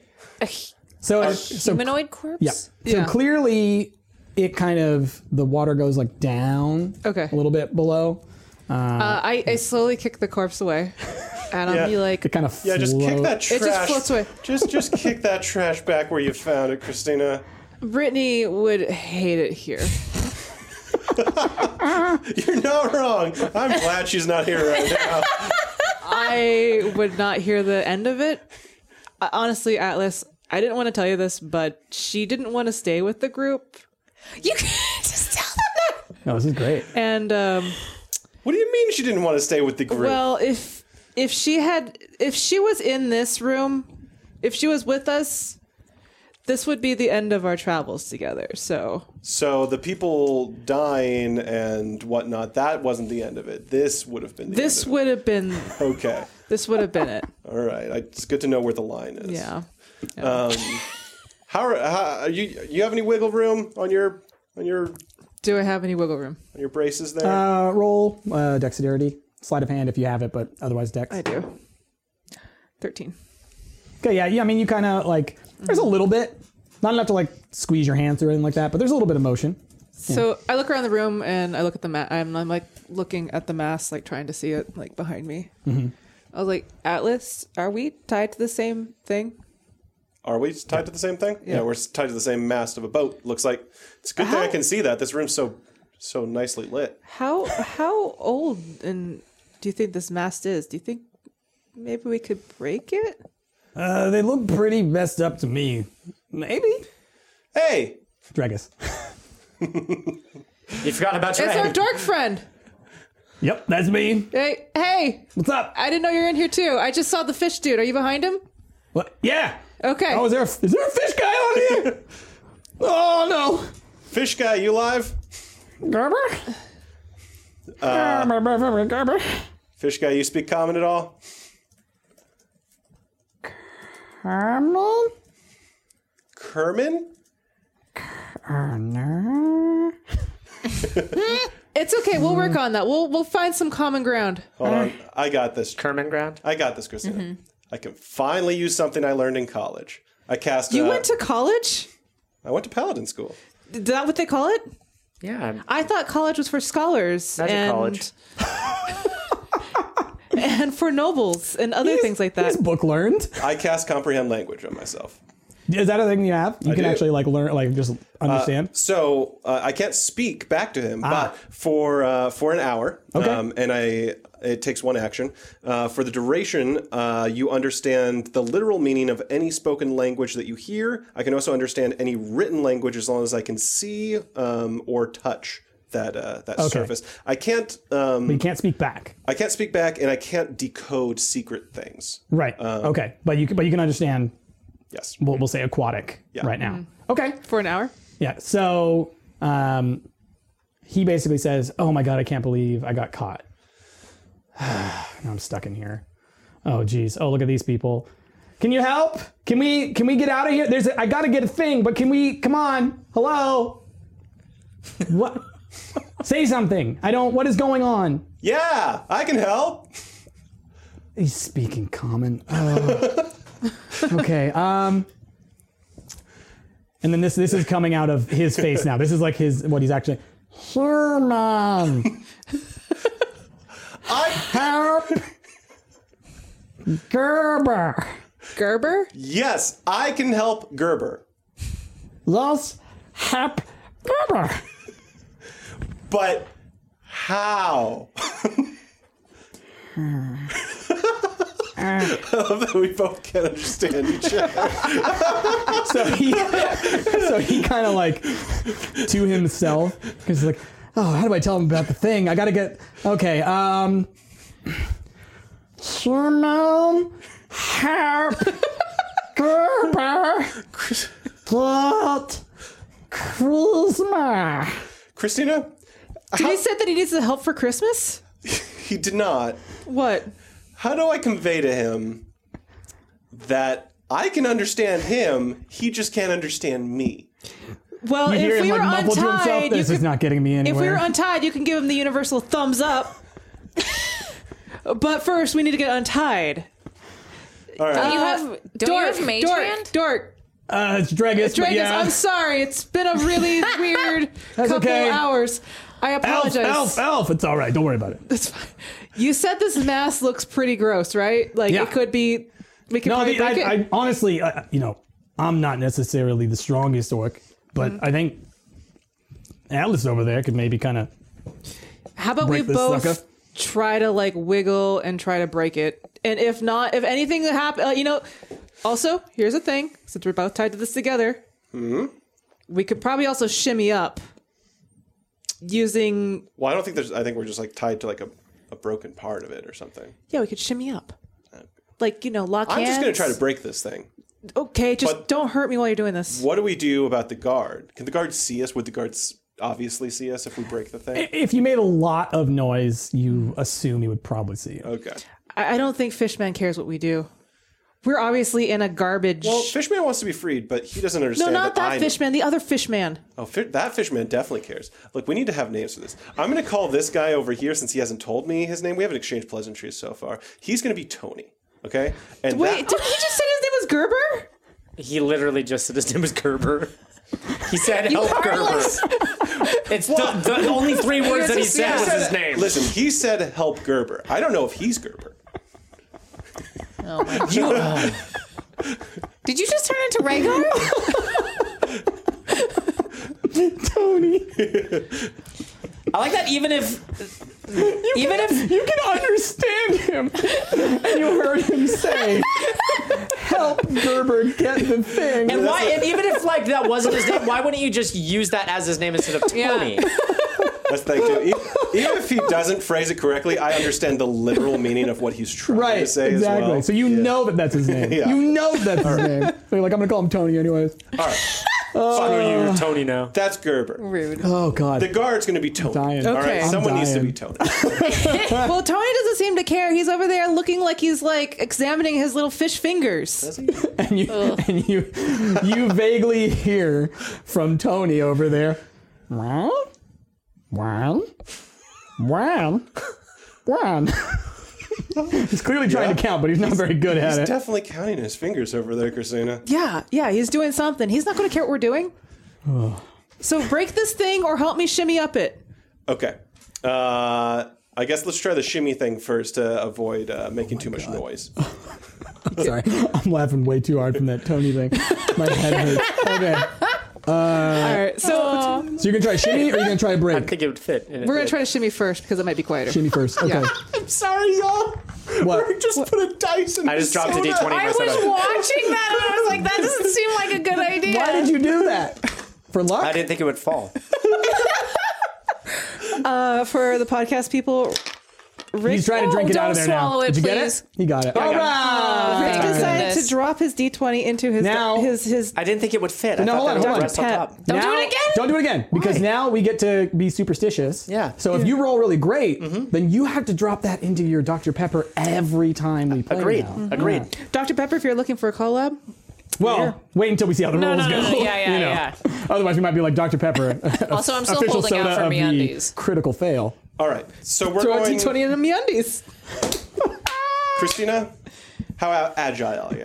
Speaker 2: So, so
Speaker 5: Humanoid corpse?
Speaker 2: Yeah.
Speaker 8: Yeah.
Speaker 2: So clearly, it kind of the water goes like down.
Speaker 8: Okay.
Speaker 2: A little bit below.
Speaker 8: Uh, I, I slowly kick the corpse away, and I'll
Speaker 9: Yeah.
Speaker 8: be like,
Speaker 2: It kind of
Speaker 9: Yeah, just kick that trash.
Speaker 8: just floats away.
Speaker 9: Just, just kick that trash back where you found it, Christina.
Speaker 8: Brittany would hate it here.
Speaker 9: You're not wrong. I'm glad she's not here right now.
Speaker 8: I would not hear the end of it. Uh, honestly, Atlas, I didn't want to tell you this, but she didn't want to stay with the group,
Speaker 5: You can't just tell them that.
Speaker 2: No, Oh, this is great.
Speaker 8: and um,
Speaker 9: What do you mean she didn't want to stay with the group?
Speaker 8: well, if if she had, if she was in this room, if she was with us, this would be the end of our travels together. So
Speaker 9: so the people dying and whatnot, that wasn't the end of it. This would have been the
Speaker 8: this
Speaker 9: end of
Speaker 8: would have been
Speaker 9: it. Okay.
Speaker 8: this would have been it.
Speaker 9: All right. I, it's good to know where the line is.
Speaker 8: Yeah.
Speaker 9: How are, how are you? You have any wiggle room on your on your
Speaker 8: Do I have any wiggle room?
Speaker 9: on your braces there?
Speaker 2: Uh, roll uh, dexterity, sleight of hand if you have it, but otherwise dex.
Speaker 8: I do. Thirteen.
Speaker 2: Okay, yeah, yeah. I mean, you kind of like there's a
Speaker 8: Mm-hmm.
Speaker 2: little bit, not enough to like squeeze your hand through or anything like that, but there's a little bit of motion.
Speaker 8: So I look around the room and I look at the mat. I'm, I'm like looking at the mass, like trying to see it, like behind me.
Speaker 2: Mm-hmm.
Speaker 8: I was like, Atlas, are we tied to the same thing?
Speaker 9: Are we tied to the same thing? Yeah. we're tied to the same mast of a boat. Looks like it's a good
Speaker 8: Oh.
Speaker 9: thing I can see that. This room's so so nicely lit.
Speaker 8: How how old and do you think this mast is? Do you think maybe we could break it?
Speaker 2: Uh, they look pretty messed up to me. Maybe.
Speaker 9: Hey,
Speaker 2: Dragus.
Speaker 1: You forgot about your
Speaker 8: It's our
Speaker 1: head.
Speaker 8: dark friend.
Speaker 2: Yep, that's me.
Speaker 8: Hey, hey!
Speaker 2: What's up?
Speaker 8: I didn't know you're in here too. I just saw the fish dude. Are you behind him?
Speaker 2: What? Yeah.
Speaker 8: Okay.
Speaker 2: Oh, is there a, is there a fish guy on here? oh no.
Speaker 9: fish guy, you live?
Speaker 2: Gerber? Gerber, Gerber, Gerber.
Speaker 9: Fish guy, you speak common at all?
Speaker 2: Arnold?
Speaker 9: Kerman?
Speaker 2: Arnold?
Speaker 8: it's okay. We'll work on that. We'll we'll find some common ground.
Speaker 9: Hold on,
Speaker 8: Uh.
Speaker 9: I got this.
Speaker 1: Kerman ground.
Speaker 9: I got this, Christina.
Speaker 8: Mm-hmm.
Speaker 9: I can finally use something I learned in college. I cast.
Speaker 8: You
Speaker 9: uh,
Speaker 8: went to college?
Speaker 9: I went to Paladin school.
Speaker 8: Is that what they call it?
Speaker 1: Yeah. I'm-
Speaker 8: I thought college was for scholars
Speaker 1: Magic
Speaker 8: and
Speaker 1: college.
Speaker 8: and for nobles and other things like that.
Speaker 2: This book learned.
Speaker 9: I cast comprehend language on myself.
Speaker 2: Is that a thing you have? You can
Speaker 9: do.
Speaker 2: actually like learn, like just understand.
Speaker 9: So uh, I can't speak back to him, but for uh, for an hour, um,
Speaker 2: Okay.
Speaker 9: and I it takes one action. Uh, for the duration, uh, you understand the literal meaning of any spoken language that you hear. I can also understand any written language as long as I can see um, or touch that uh, that surface. I can't um,
Speaker 2: you can't speak back.
Speaker 9: I can't speak back, and I can't decode secret things.
Speaker 2: Right. okay. But you can, but you can understand.
Speaker 9: Yes.
Speaker 2: We'll, we'll say aquatic right now. Okay.
Speaker 8: for an hour.
Speaker 2: Yeah. So um, he basically says, "Oh my god, I can't believe I got caught. now I'm stuck in here. Oh geez. Oh look at these people. Can you help? Can we can we get out of here? There's a, I got to get a thing, but can we? Come on. Hello. what? Say something. I don't. What is going on?
Speaker 9: Yeah, I can help.
Speaker 2: He's speaking common. Ugh. okay. Um. And then this this is coming out of his face now. This is like his what he's actually. Sherman,
Speaker 9: I
Speaker 2: help, Gerber,
Speaker 8: Gerber?
Speaker 9: yes, I can help Gerber.
Speaker 2: los hap Gerber.
Speaker 9: But how? I love that we both can't understand each other.
Speaker 2: So he so he kind of like to himself because he's like, oh, how do I tell him about the thing? I got to get okay. Um, Sherman, help. Gerber, Plot, Kuzma.
Speaker 9: Christina,
Speaker 8: Did he said that he needs the help for Christmas?
Speaker 9: he did not.
Speaker 8: What?
Speaker 9: How do I convey to him that I can understand him, he just can't understand me?
Speaker 8: Well,
Speaker 2: You hear
Speaker 8: if
Speaker 2: him
Speaker 8: we were
Speaker 2: like mumble to
Speaker 8: untied,
Speaker 2: himself,
Speaker 8: you
Speaker 2: this
Speaker 8: could,
Speaker 2: is not getting me
Speaker 8: if
Speaker 2: anywhere.
Speaker 8: we were untied, you can give him the universal thumbs up. but first, we need to get untied.
Speaker 9: All right.
Speaker 5: Don't you have don't you have mage
Speaker 8: dork,
Speaker 5: hand?
Speaker 8: Dork.
Speaker 2: Uh, it's Dragus. but
Speaker 8: Dragus,
Speaker 2: yeah.
Speaker 8: I'm sorry. It's been a really weird couple
Speaker 2: okay.
Speaker 8: hours. I
Speaker 2: Elf,
Speaker 8: apologize.
Speaker 2: elf, elf. It's all right. Don't worry about it.
Speaker 8: That's fine. You said this mass looks pretty gross, right? Like
Speaker 2: Yeah.
Speaker 8: it could be. We could
Speaker 2: No,
Speaker 8: probably
Speaker 2: the, I,
Speaker 8: break
Speaker 2: I
Speaker 8: it.
Speaker 2: honestly, uh, you know, I'm not necessarily the strongest orc, but I think Atlas over there could maybe kind of.
Speaker 8: How about we
Speaker 2: break this
Speaker 8: both
Speaker 2: sucker.
Speaker 8: try to like wiggle and try to break it? And if not, if anything happens, uh, you know. Also, here's a thing: since we're both tied to this together,
Speaker 9: Mm-hmm.
Speaker 8: we could probably also shimmy up using.
Speaker 9: Well, I don't think there's. I think we're just like tied to like a, a broken part of it or something.
Speaker 8: Yeah, we could shimmy up, like you know, lock
Speaker 9: I'm
Speaker 8: hands.
Speaker 9: just gonna try to break this thing.
Speaker 8: Okay, just
Speaker 9: but-
Speaker 8: don't hurt me while you're doing this.
Speaker 9: What do we do about the guard? Can the guard see us? Would the guards obviously see us if we break the thing?
Speaker 2: If you made a lot of noise, you assume he would probably see you.
Speaker 9: Okay.
Speaker 8: I, I don't think Fishman cares what we do. We're obviously in a garbage.
Speaker 9: Well, Fishman wants to be freed, but he doesn't
Speaker 8: no,
Speaker 9: understand.
Speaker 8: not that
Speaker 9: I know-
Speaker 8: Fishman. The other Fishman.
Speaker 9: Oh, fi- that Fishman definitely cares. Look, we need to have names for this. I'm gonna call this guy over here since he hasn't told me his name. We haven't exchanged pleasantries so far. He's gonna be Tony. Okay. And
Speaker 8: Wait,
Speaker 9: that-
Speaker 8: did he just say his name was Gerber?
Speaker 1: He literally just said his name was Gerber. He said help Gerber.
Speaker 5: Carlos.
Speaker 1: It's the, the only three words that he said was his name.
Speaker 9: Listen, he said help Gerber. I don't know if he's Gerber.
Speaker 5: Oh my God. Did you just turn into Rhaegar?
Speaker 2: Tony,
Speaker 1: I like that even if even if
Speaker 2: you can understand him, and you heard him say, "Help Gerber get the thing."
Speaker 1: and why and even if like that wasn't his name, why wouldn't you just use that as his name instead of Tony?
Speaker 9: That's thank you. Even, E-, even if he doesn't phrase it correctly, I understand the literal meaning of what he's trying
Speaker 2: Right,
Speaker 9: to say
Speaker 2: exactly.
Speaker 9: as well.
Speaker 2: So you know that that's his name.
Speaker 9: Yeah.
Speaker 2: You know that's his name. So you're like, I'm gonna call him Tony anyways.
Speaker 9: All right,
Speaker 1: Follow you, Tony now.
Speaker 9: that's Gerber.
Speaker 8: Rude.
Speaker 2: Oh God,
Speaker 9: The guard's going to be Tony.
Speaker 2: dying.
Speaker 9: All right,
Speaker 8: Okay. I'm
Speaker 9: someone needs to
Speaker 2: dying.
Speaker 9: be Tony.
Speaker 8: Well, Tony doesn't seem to care. He's over there looking like he's like examining his little fish fingers.
Speaker 2: and you and you you vaguely hear from Tony over there. Wow, wow, wow, wow. he's clearly trying to count, but he's not very good at it.
Speaker 9: Definitely counting his fingers over there, Christina.
Speaker 8: Yeah, yeah, he's doing something. He's not going to care what we're doing. so break this thing or help me shimmy up it.
Speaker 9: Okay. Uh, I guess let's try the shimmy thing first to avoid
Speaker 2: Oh
Speaker 9: uh, making too much noise.
Speaker 2: Sorry, I'm laughing way too hard from that Tony thing. My head hurts. Okay,
Speaker 8: All right, so
Speaker 5: Oh,
Speaker 8: uh,
Speaker 2: so you're gonna try shimmy, or you're gonna try a break?
Speaker 1: I think it would fit.
Speaker 8: we're going to try to shimmy first because it might be quieter.
Speaker 2: shimmy first. Okay.
Speaker 9: I'm sorry, y'all.
Speaker 2: What?
Speaker 9: We just put a dice in
Speaker 1: I just
Speaker 9: the
Speaker 1: dropped a
Speaker 9: soda.
Speaker 1: D20
Speaker 5: I was
Speaker 1: myself.
Speaker 5: watching that and I was like, that doesn't seem like a good idea.
Speaker 2: Why did you do that? For luck?
Speaker 1: I didn't think it would fall.
Speaker 8: Uh, for the podcast people, Rick, Oh,
Speaker 2: He's trying to drink
Speaker 5: No,
Speaker 2: it out of
Speaker 5: don't
Speaker 2: there now.
Speaker 5: swallow it,
Speaker 2: Did you
Speaker 5: please.
Speaker 2: get it? He got it. All right.
Speaker 8: Rick decided
Speaker 5: goodness.
Speaker 8: to drop his d20 into his
Speaker 2: Now-
Speaker 8: his his.
Speaker 1: I didn't think it would fit. I
Speaker 2: No,
Speaker 1: thought
Speaker 2: hold
Speaker 1: that
Speaker 2: on,
Speaker 1: would
Speaker 2: hold on.
Speaker 1: rest on
Speaker 8: Tap.
Speaker 1: top.
Speaker 5: Don't
Speaker 2: Now-
Speaker 5: do it again.
Speaker 2: Don't do it again because now we get to be superstitious.
Speaker 1: Yeah.
Speaker 2: So if you roll really great, then you have to drop that into your Dr. Pepper every time we play.
Speaker 1: Agreed. Mm-hmm.
Speaker 2: now.
Speaker 1: Agreed.
Speaker 8: Dr. Pepper, if you're looking for a collab,
Speaker 2: Well, wait until we see how the
Speaker 5: No,
Speaker 2: rolls
Speaker 5: no,
Speaker 2: go.
Speaker 5: no, no. Yeah, yeah,
Speaker 2: you know.
Speaker 5: yeah.
Speaker 2: Otherwise, we might be like Dr. Pepper.
Speaker 5: Also, I'm still
Speaker 2: official
Speaker 5: holding
Speaker 2: soda
Speaker 5: out for
Speaker 2: of the
Speaker 5: MeUndies.
Speaker 2: Critical fail.
Speaker 9: All right, so we're
Speaker 8: throw a
Speaker 9: going.
Speaker 8: d20 in the undies.
Speaker 9: Christina, how agile are you?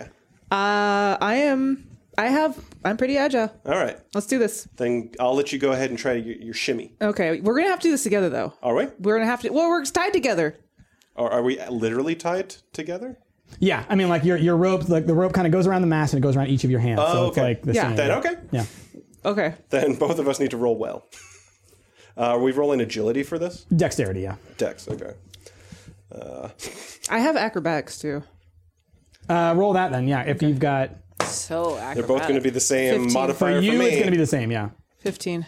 Speaker 8: Uh, I am. I have. I'm pretty agile.
Speaker 9: All right,
Speaker 8: Let's do this.
Speaker 9: then I'll let you go ahead and try your, your shimmy.
Speaker 8: Okay, we're gonna have to do this together, though.
Speaker 9: Are we?
Speaker 8: We're gonna have to. Well, we're tied together.
Speaker 9: Are, are we literally tied together?
Speaker 2: Yeah, I mean, like your your rope, like the rope kind of goes around the mast and it goes around each of your hands. so it's
Speaker 9: okay.
Speaker 2: like the
Speaker 8: Yeah.
Speaker 2: same.
Speaker 9: Then okay.
Speaker 2: Yeah.
Speaker 8: Okay.
Speaker 9: Then both of us need to roll well. Uh, are we rolling agility for this?
Speaker 2: Dexterity, yeah.
Speaker 9: Dex. Okay. Uh,
Speaker 8: I have acrobatics too.
Speaker 2: Uh, roll that then, yeah. If you've got
Speaker 5: So acrobatic.
Speaker 9: They're both going to be the same
Speaker 8: 15.
Speaker 2: for
Speaker 9: modifier for,
Speaker 2: you,
Speaker 9: me.
Speaker 2: it's gonna be the same, yeah.
Speaker 8: Fifteen.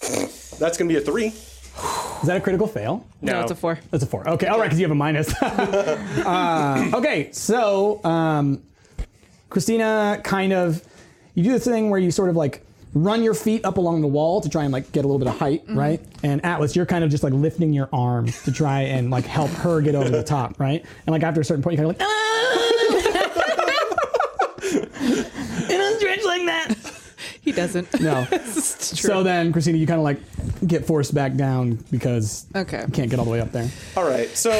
Speaker 9: That's going to be a three.
Speaker 2: Is that a critical fail?
Speaker 8: No, it's a four.
Speaker 2: That's a four. Okay, all right, because you have a minus. Uh, okay, so um, Christina kind of you do this thing where you sort of like run your feet up along the wall to try and like get a little bit of height,
Speaker 8: Mm-hmm.
Speaker 2: right? And Atlas, you're kind of just like lifting your arm to try and like help her get over the top, right? And like after a certain point, you're kind of like, ah! it doesn't stretch like that.
Speaker 8: He doesn't.
Speaker 2: No.
Speaker 8: It's true.
Speaker 2: so then, Christina, you kind of like get forced back down because
Speaker 8: Okay.
Speaker 2: you can't get all the way up there.
Speaker 9: All right, so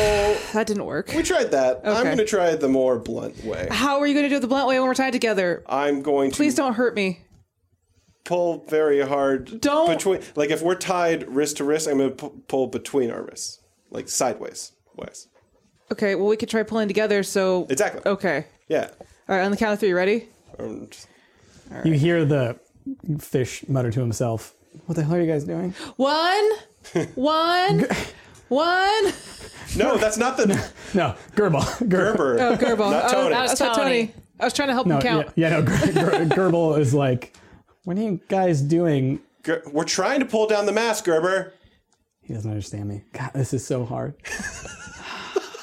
Speaker 8: that didn't work.
Speaker 9: we tried that. I'm
Speaker 8: Okay.
Speaker 9: going to try the more blunt way.
Speaker 8: How are you going to do it the blunt way when we're tied together?
Speaker 9: I'm going to
Speaker 8: Please don't hurt me.
Speaker 9: pull very hard.
Speaker 8: Don't-
Speaker 9: between like if we're tied wrist to wrist, I'm going to pull between our wrists, like sideways. Wise.
Speaker 8: Okay, well, we could try pulling together, so.
Speaker 9: Exactly.
Speaker 8: Okay.
Speaker 9: Yeah. Um,
Speaker 8: All right, on the count of three, ready?
Speaker 9: And
Speaker 2: You hear the fish mutter to himself, What the hell are you guys doing?
Speaker 8: One, one, one.
Speaker 9: no, that's not the
Speaker 2: No, Gerbil. Gerbil.
Speaker 9: Gerber.
Speaker 8: Oh, Gerbil.
Speaker 9: Not Tony.
Speaker 8: I, I,
Speaker 5: That was
Speaker 8: thought Tony.
Speaker 5: Tony.
Speaker 8: I was trying to help
Speaker 2: No,
Speaker 8: him count.
Speaker 2: yeah, yeah, no, Ger- Ger- Gerbil is like, What are you guys doing?
Speaker 9: Ger- we're trying to pull down the mask, Gerber.
Speaker 2: He doesn't understand me. God, this is so hard.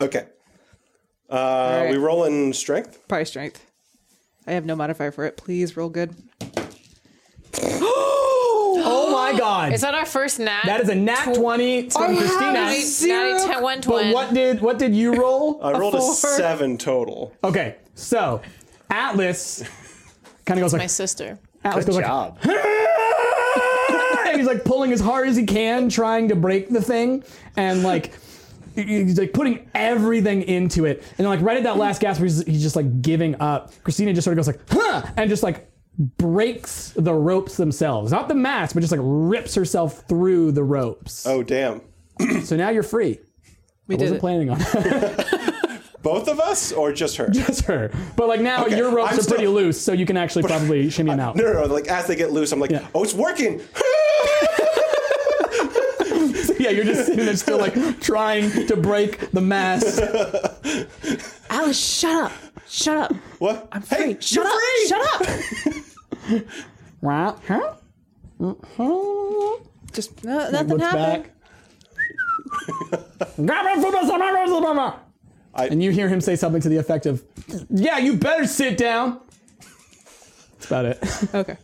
Speaker 9: Okay.
Speaker 8: All
Speaker 9: Uh,
Speaker 8: right.
Speaker 9: We roll in strength.
Speaker 8: Probably strength. I have no modifier for it. Please roll good.
Speaker 2: Oh my God.
Speaker 5: Is that our first nat?
Speaker 2: That is a nat 20 from
Speaker 5: Natty-
Speaker 2: Christina.
Speaker 8: zero-
Speaker 5: natty ten- one
Speaker 2: But
Speaker 5: twin.
Speaker 2: what did what did you roll?
Speaker 9: I rolled a
Speaker 8: four.
Speaker 9: seven total.
Speaker 2: Okay, so Atlas kind of goes
Speaker 5: My
Speaker 2: like
Speaker 5: sister.
Speaker 2: Atlas goes
Speaker 1: job.
Speaker 2: like, and he's like pulling as hard as he can, trying to break the thing, and like he's like putting everything into it, and like right at that last gasp, where he's, he's just like giving up. Christina just sort of goes like, huh, and just like breaks the ropes themselves, not the mask, but just like rips herself through the ropes.
Speaker 9: Oh damn!
Speaker 2: So now you're free.
Speaker 8: We
Speaker 2: I
Speaker 8: did
Speaker 2: wasn't
Speaker 8: it.
Speaker 2: planning on it.
Speaker 9: Both of us or just her?
Speaker 2: That's her. But like now
Speaker 9: Okay,
Speaker 2: your ropes
Speaker 9: I'm
Speaker 2: are pretty
Speaker 9: still-
Speaker 2: loose, so you can actually probably shimmy them out.
Speaker 9: No, no, no. Like as they get loose, I'm like,
Speaker 2: Yeah.
Speaker 9: oh, it's working.
Speaker 2: Yeah, you're just sitting there still like trying to break the mask.
Speaker 8: Alice, shut up. Shut up.
Speaker 9: what? I'm free. Hey,
Speaker 8: Shut
Speaker 9: you're
Speaker 8: up.
Speaker 9: free.
Speaker 8: Shut up.
Speaker 2: Right? Huh?
Speaker 8: Just no, nothing
Speaker 2: Looks
Speaker 8: happened.
Speaker 2: back. and you hear him say something to the effect of, "Yeah, you better sit down." That's about it.
Speaker 8: Okay.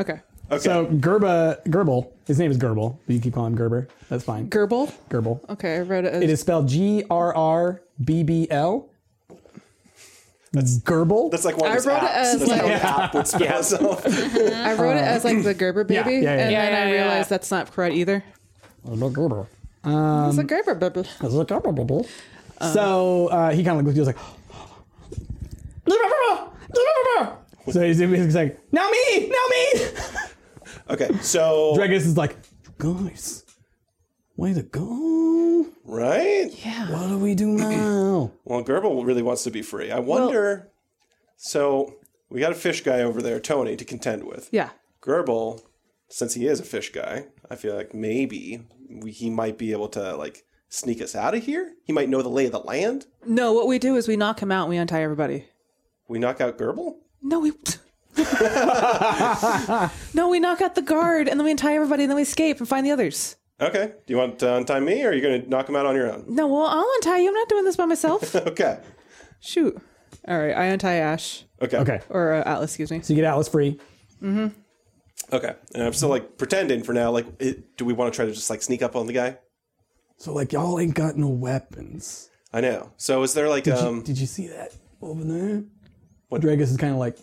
Speaker 8: okay.
Speaker 9: Okay.
Speaker 2: So Gerba, Gerbil, his name is Gerbil. but You keep calling him Gerber. That's fine.
Speaker 8: Gerbil.
Speaker 2: Gerbil.
Speaker 8: Okay, I wrote it. As,
Speaker 2: It is spelled G R R B B L. That's Gerbil.
Speaker 9: that's like one of
Speaker 8: I
Speaker 9: those
Speaker 8: wrote it
Speaker 9: apps.
Speaker 8: as
Speaker 9: that's
Speaker 8: like-
Speaker 9: how the app would spell itself.
Speaker 8: I wrote it as like the Gerber
Speaker 2: yeah,
Speaker 8: baby,
Speaker 2: yeah, yeah.
Speaker 8: and
Speaker 2: Yeah,
Speaker 8: then
Speaker 5: yeah,
Speaker 8: I
Speaker 5: yeah.
Speaker 8: realized that's not correct either.
Speaker 2: Hello, Oh, Gerber.
Speaker 8: it's
Speaker 2: Um,
Speaker 8: a Gerber baby.
Speaker 2: so uh, he kind of looked. He was like, so he's, he's like, now me, now me.
Speaker 9: Okay, so
Speaker 2: Dragus is like, guys, way to go.
Speaker 9: right?
Speaker 2: What do we do now?
Speaker 9: Well, Gerbil really wants to be free. I wonder. so we got a fish guy over there, Tony, to contend with.
Speaker 8: Yeah.
Speaker 9: Gerbil, since he is a fish guy, I feel like maybe we, he might be able to like sneak us out of here. He might know the lay of the land.
Speaker 8: No, what we do is we knock him out and we untie everybody.
Speaker 9: We knock out Gerbil.
Speaker 8: No, we. no, we knock out the guard and then we untie everybody and then we escape and find the others.
Speaker 9: Okay. Do you want to untie me, or are you going to knock him out on your own?
Speaker 8: No, well, I'll untie you. I'm not doing this by myself.
Speaker 9: Okay.
Speaker 8: Shoot. All right, I untie Ash
Speaker 9: Okay.
Speaker 2: Okay,
Speaker 8: or uh, Atlas, excuse me.
Speaker 2: so you get Atlas free.
Speaker 9: Okay. And I'm still like pretending for now. Like, it, do we want to try to just like sneak up on the guy?
Speaker 2: So like y'all ain't got no weapons.
Speaker 9: I know. So is there like
Speaker 2: Did you-
Speaker 9: um?
Speaker 2: did you see that over there? What Dragus is kind of like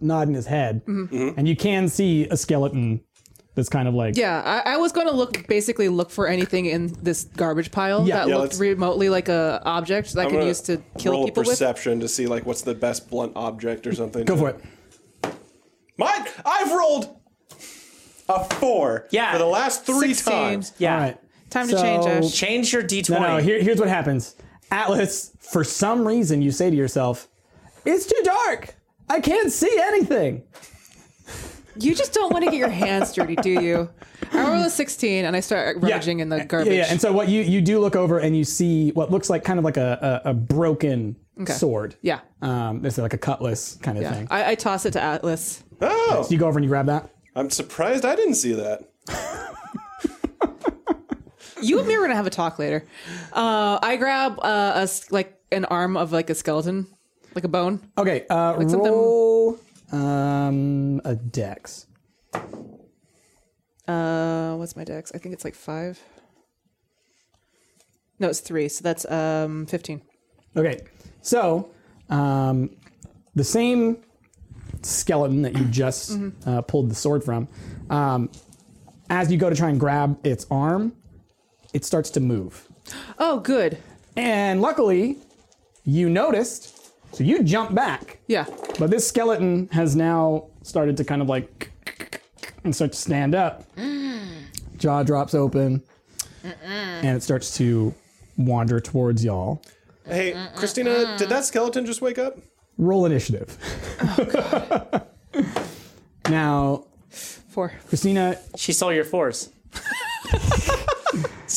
Speaker 2: nodding his head,
Speaker 8: Mm-hmm.
Speaker 2: and you can see a skeleton that's kind of like
Speaker 8: Yeah, I, I was going to look basically look for anything in this garbage pile
Speaker 2: Yeah.
Speaker 8: that
Speaker 2: Yeah,
Speaker 8: looked
Speaker 9: let's-
Speaker 8: remotely like a object that I
Speaker 9: I'm
Speaker 8: could
Speaker 9: gonna
Speaker 8: use to kill
Speaker 9: roll
Speaker 8: people
Speaker 9: a
Speaker 8: with.
Speaker 9: perception to see like what's the best blunt object or something.
Speaker 2: Go for it.
Speaker 9: Mine. I've rolled a four.
Speaker 1: Yeah.
Speaker 9: For the last three
Speaker 8: 16.
Speaker 9: times.
Speaker 1: Yeah.
Speaker 2: All right.
Speaker 8: Time
Speaker 2: So-
Speaker 8: to change, Ash.
Speaker 1: Change your D20.
Speaker 2: No, no. Here, here's what happens. Atlas, for some reason, you say to yourself, "It's too dark. I can't see anything."
Speaker 8: You just don't want to get your hands dirty, do you? I roll a 16 and I start rummaging in the garbage.
Speaker 2: Yeah, yeah. And so what you you do look over and you see what looks like kind of like a a, a broken sword.
Speaker 8: Yeah.
Speaker 2: Um, this is like a cutlass kind of
Speaker 8: yeah.
Speaker 2: thing.
Speaker 8: I, I toss it to Atlas.
Speaker 9: Oh,
Speaker 2: you go over and you grab that.
Speaker 9: I'm surprised I didn't see that.
Speaker 8: You and me are gonna have a talk later. Uh, I grab uh, a s- like an arm of like a skeleton, like a bone.
Speaker 2: Okay. Uh,
Speaker 8: something-
Speaker 2: roll um, a dex.
Speaker 8: Uh, what's my dex? I think it's like five. No, it's three. So that's um fifteen.
Speaker 2: Okay. So um, the same skeleton that you just uh, pulled the sword from. Um, as you go to try and grab its arm, it starts to move.
Speaker 8: Oh, good.
Speaker 2: And luckily, you noticed, so you jump back.
Speaker 8: Yeah.
Speaker 2: But this skeleton has now started to kind of like and start to stand up. Jaw drops open, and it starts to wander towards y'all.
Speaker 9: Hey, Christina, did that skeleton just wake up?
Speaker 2: Roll initiative. now,
Speaker 8: Four.
Speaker 2: Christina,
Speaker 1: She saw your force.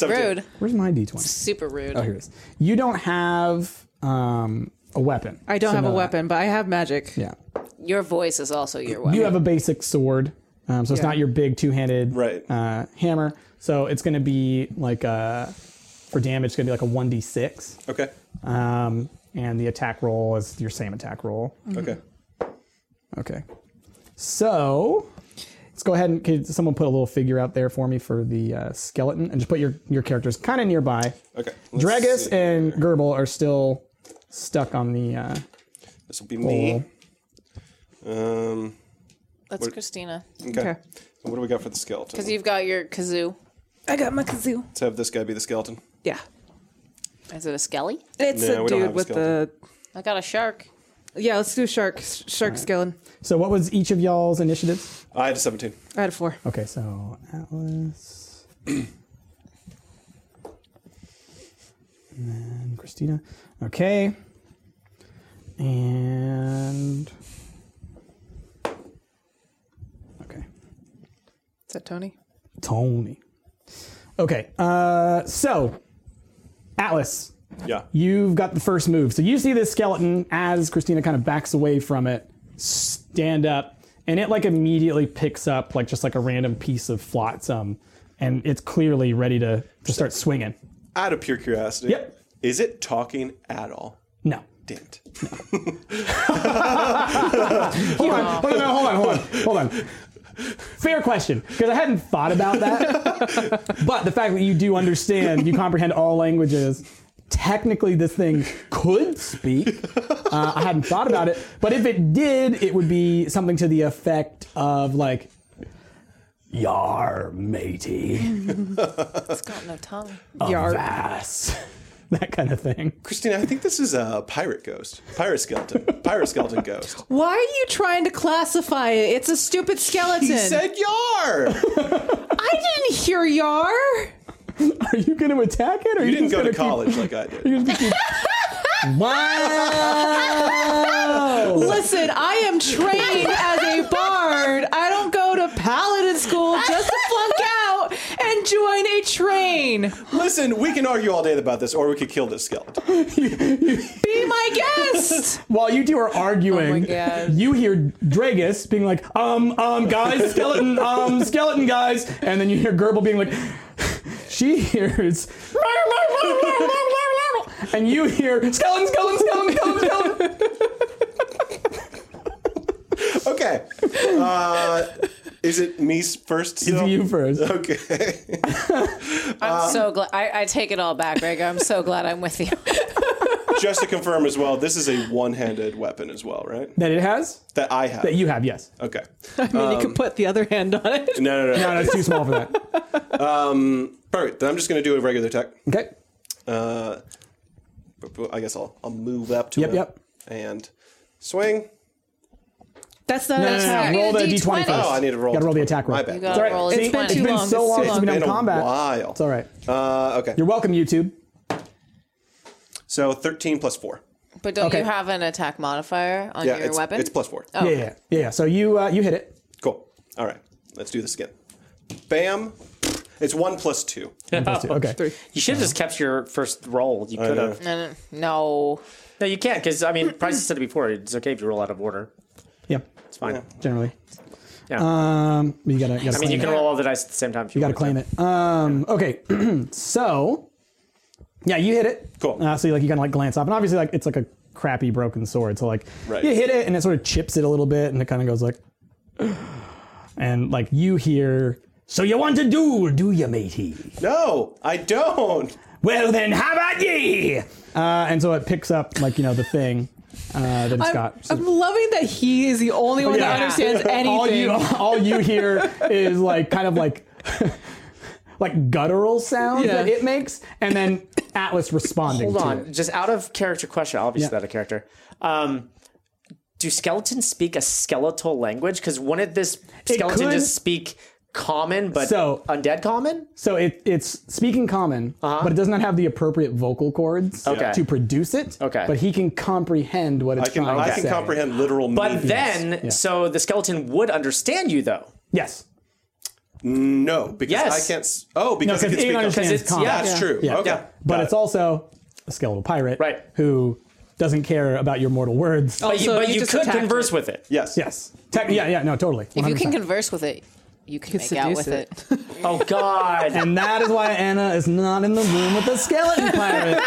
Speaker 5: Rude.
Speaker 2: where's my d20?
Speaker 5: Super rude.
Speaker 2: Oh, here it is. You don't have um, a weapon.
Speaker 8: I don't
Speaker 2: So
Speaker 8: have a
Speaker 2: no-
Speaker 8: weapon, but I have magic.
Speaker 2: Yeah.
Speaker 5: Your voice is also your weapon.
Speaker 2: You have a basic sword, um, so it's
Speaker 8: Yeah.
Speaker 2: not your big two-handed
Speaker 9: Right.
Speaker 2: uh, hammer. So it's going to be like a, for damage, it's going to be like a one d six,
Speaker 9: Okay.
Speaker 2: um, and the attack roll is your same attack roll.
Speaker 9: Okay.
Speaker 2: Okay. So let's go ahead and could someone put a little figure out there for me for the uh, skeleton, and just put your your characters kind of nearby.
Speaker 9: Okay.
Speaker 2: Dragus and Gerbil are still stuck on the. Uh,
Speaker 9: This will be me. Um,
Speaker 5: That's Christina.
Speaker 9: okay.
Speaker 8: Okay.
Speaker 9: So what do we got for the skeleton?
Speaker 5: Because you've got your kazoo. I got my kazoo.
Speaker 9: Let's have this guy be the skeleton.
Speaker 8: Yeah.
Speaker 5: Is it a skelly?
Speaker 8: It's
Speaker 9: No,
Speaker 8: a
Speaker 9: we don't have a
Speaker 8: dude with the.
Speaker 5: I got a shark.
Speaker 8: Yeah, let's do shark. s- Shark skeleton.
Speaker 2: so what was each of y'all's initiatives?
Speaker 9: I had a 17.
Speaker 8: I had a four.
Speaker 2: Okay, so Atlas. and then Christina. Okay. And. Okay.
Speaker 8: Is that Tony?
Speaker 2: Tony. Okay, uh, so. Atlas,
Speaker 9: Yeah.
Speaker 2: you've got the first move. So you see this skeleton as Christina kind of backs away from it, stand up, and it like immediately picks up like just like a random piece of flotsam, and it's clearly ready to just start swinging.
Speaker 9: Out of pure curiosity.
Speaker 2: Yep.
Speaker 9: Is it talking at all?
Speaker 2: No.
Speaker 9: Damn it.
Speaker 2: Hold on, hold on, hold on, hold on, hold on. Fair question, because I hadn't thought about that. but the fact that you do understand, you comprehend all languages, technically this thing could speak. Uh, I hadn't thought about it, but if it did, it would be something to the effect of like, "Yar, matey,
Speaker 5: It's got no tongue.
Speaker 9: Oh,
Speaker 8: Yar.
Speaker 2: ass," that kind of thing.
Speaker 9: Christina, I think this is a pirate ghost. Pirate skeleton. pirate skeleton ghost.
Speaker 8: Why are you trying to classify it? It's a stupid skeleton.
Speaker 9: He said yar!
Speaker 8: I didn't hear yar.
Speaker 2: Are you going to attack it, or are
Speaker 9: you didn't
Speaker 2: just
Speaker 9: go
Speaker 2: gonna
Speaker 9: to
Speaker 2: keep-
Speaker 9: college like I did.
Speaker 2: Wow!
Speaker 8: Listen, I am trained as a bard. I don't go to paladin school just to flunk out and join a train.
Speaker 9: Listen, we can argue all day about this, or we could kill this skeleton.
Speaker 8: Be my guest.
Speaker 2: while you two
Speaker 8: Oh
Speaker 2: are arguing,
Speaker 5: God.
Speaker 2: you hear Dragus being like, um, um, guys, skeleton, um, skeleton, guys. And then you hear Gerbil being like, she hears, and you hear, skeleton, skeleton, skeleton, skeleton, skeleton.
Speaker 9: Okay. Uh, is it me s- first?
Speaker 2: It's
Speaker 9: still?
Speaker 2: you first.
Speaker 9: Okay.
Speaker 2: Um,
Speaker 5: I'm so glad. I, I take it all back, Gregor. I'm so glad I'm with you.
Speaker 9: Just to confirm as well, this is a one-handed weapon as well, right?
Speaker 2: That it has?
Speaker 9: That I have.
Speaker 2: That you have, yes.
Speaker 9: Okay.
Speaker 8: I mean, you
Speaker 2: Um,
Speaker 8: could put the other hand on it.
Speaker 9: No, no, no.
Speaker 2: No, that's too small for that.
Speaker 9: Perfect. Then I'm just going to do a regular attack.
Speaker 2: Okay.
Speaker 9: Uh, but- but I guess I'll I'll move up to
Speaker 2: Yep,
Speaker 9: him
Speaker 2: yep.
Speaker 9: and swing.
Speaker 8: That's not
Speaker 2: No,
Speaker 8: an
Speaker 2: no, no,
Speaker 8: attack.
Speaker 2: no. Uh,
Speaker 5: You
Speaker 2: Roll
Speaker 5: need
Speaker 2: the
Speaker 5: a
Speaker 2: d20
Speaker 5: D20.
Speaker 2: first.
Speaker 9: Oh, I need to roll
Speaker 2: Gotta roll the
Speaker 9: d20.
Speaker 2: attack roll.
Speaker 9: My bad.
Speaker 5: You gotta
Speaker 2: all right.
Speaker 5: roll a
Speaker 8: It's been
Speaker 5: 20.
Speaker 8: too
Speaker 2: It's been
Speaker 8: long.
Speaker 2: so long
Speaker 8: It's
Speaker 2: since we've
Speaker 9: been
Speaker 2: done
Speaker 9: a
Speaker 2: combat.
Speaker 9: while.
Speaker 2: It's all right.
Speaker 9: Uh, okay.
Speaker 2: You're welcome, YouTube.
Speaker 9: So 13 plus four.
Speaker 5: But don't
Speaker 2: Okay.
Speaker 5: you have an attack modifier on
Speaker 9: Yeah,
Speaker 5: your
Speaker 9: it's,
Speaker 5: weapon?
Speaker 9: it's plus four.
Speaker 8: Oh.
Speaker 2: Yeah, yeah, yeah, yeah. So you uh, you hit it.
Speaker 9: Cool. All right. Let's do this again. Bam. It's one Oh, plus two.
Speaker 2: Okay.
Speaker 1: You should have just kept your first roll. You could have.
Speaker 5: No, no, no.
Speaker 1: No, you can't because I mean, Price said it before. It's okay if you roll out of order.
Speaker 2: Yeah.
Speaker 1: It's fine.
Speaker 2: Generally.
Speaker 1: Yeah.
Speaker 2: Um, but you gotta. You gotta
Speaker 1: I mean, you can roll all the dice at the same time. If you,
Speaker 2: You got to
Speaker 1: want
Speaker 2: claim it. Um, okay, so yeah, you hit it.
Speaker 9: Cool.
Speaker 2: Uh, so you like you kind of like glance up, and obviously like it's like a crappy broken sword. So like
Speaker 9: Right.
Speaker 2: you hit it, and it sort of chips it a little bit, and it kind of goes like, and like you hear. So you want to do, do you, matey?
Speaker 9: No, I don't.
Speaker 2: Well then, how about ye? Uh, and so it picks up like you know the thing, uh, than
Speaker 8: I'm,
Speaker 2: Scott. So-
Speaker 8: I'm loving that he is the only one
Speaker 2: Yeah.
Speaker 8: that understands anything.
Speaker 2: all you all you hear is like kind of like like guttural sound that
Speaker 8: Yeah.
Speaker 2: it makes, and then Atlas responding.
Speaker 1: Hold
Speaker 2: to
Speaker 1: on,
Speaker 2: it.
Speaker 1: just out of character question. Obviously,
Speaker 2: Yeah.
Speaker 1: out of character. Um, do skeletons speak a skeletal language? Because wouldn't this skeleton
Speaker 2: could-
Speaker 1: just speak common, but
Speaker 2: So-
Speaker 1: undead common?
Speaker 2: So it, it's speaking common,
Speaker 9: Uh-huh.
Speaker 2: but it does not have the appropriate vocal cords
Speaker 1: Okay.
Speaker 2: to produce it.
Speaker 1: Okay.
Speaker 2: But he can comprehend what it's
Speaker 9: I can,
Speaker 2: trying
Speaker 9: I
Speaker 2: to
Speaker 9: can
Speaker 2: say.
Speaker 9: comprehend literal
Speaker 1: But
Speaker 9: meaning.
Speaker 1: then,
Speaker 2: Yeah.
Speaker 1: so the skeleton would understand you though.
Speaker 2: Yes.
Speaker 9: No, because
Speaker 1: Yes.
Speaker 9: I can't. s- Oh, because
Speaker 2: No, 'cause
Speaker 9: it can
Speaker 2: Ian
Speaker 9: speak. up-
Speaker 2: understands
Speaker 9: That's
Speaker 2: common.
Speaker 9: yeah, that's true.
Speaker 2: Yeah.
Speaker 9: Okay.
Speaker 1: Yeah.
Speaker 2: But
Speaker 9: Got
Speaker 2: it's
Speaker 9: it.
Speaker 2: also a skeletal pirate,
Speaker 1: Right.
Speaker 2: Who doesn't care about your mortal words?
Speaker 1: But you,
Speaker 8: Also,
Speaker 1: but
Speaker 8: you
Speaker 1: you,
Speaker 8: just
Speaker 1: could
Speaker 8: attacked
Speaker 1: converse
Speaker 8: it.
Speaker 1: with it.
Speaker 9: Yes.
Speaker 2: Yes. Tech- yeah, yeah, no, totally.
Speaker 5: If you
Speaker 2: 100%.
Speaker 5: can converse with it, you can,
Speaker 8: can
Speaker 5: make out
Speaker 8: seduce
Speaker 5: with it.
Speaker 1: Oh God.
Speaker 2: and that is why Anna is not in the room with the skeleton pirate.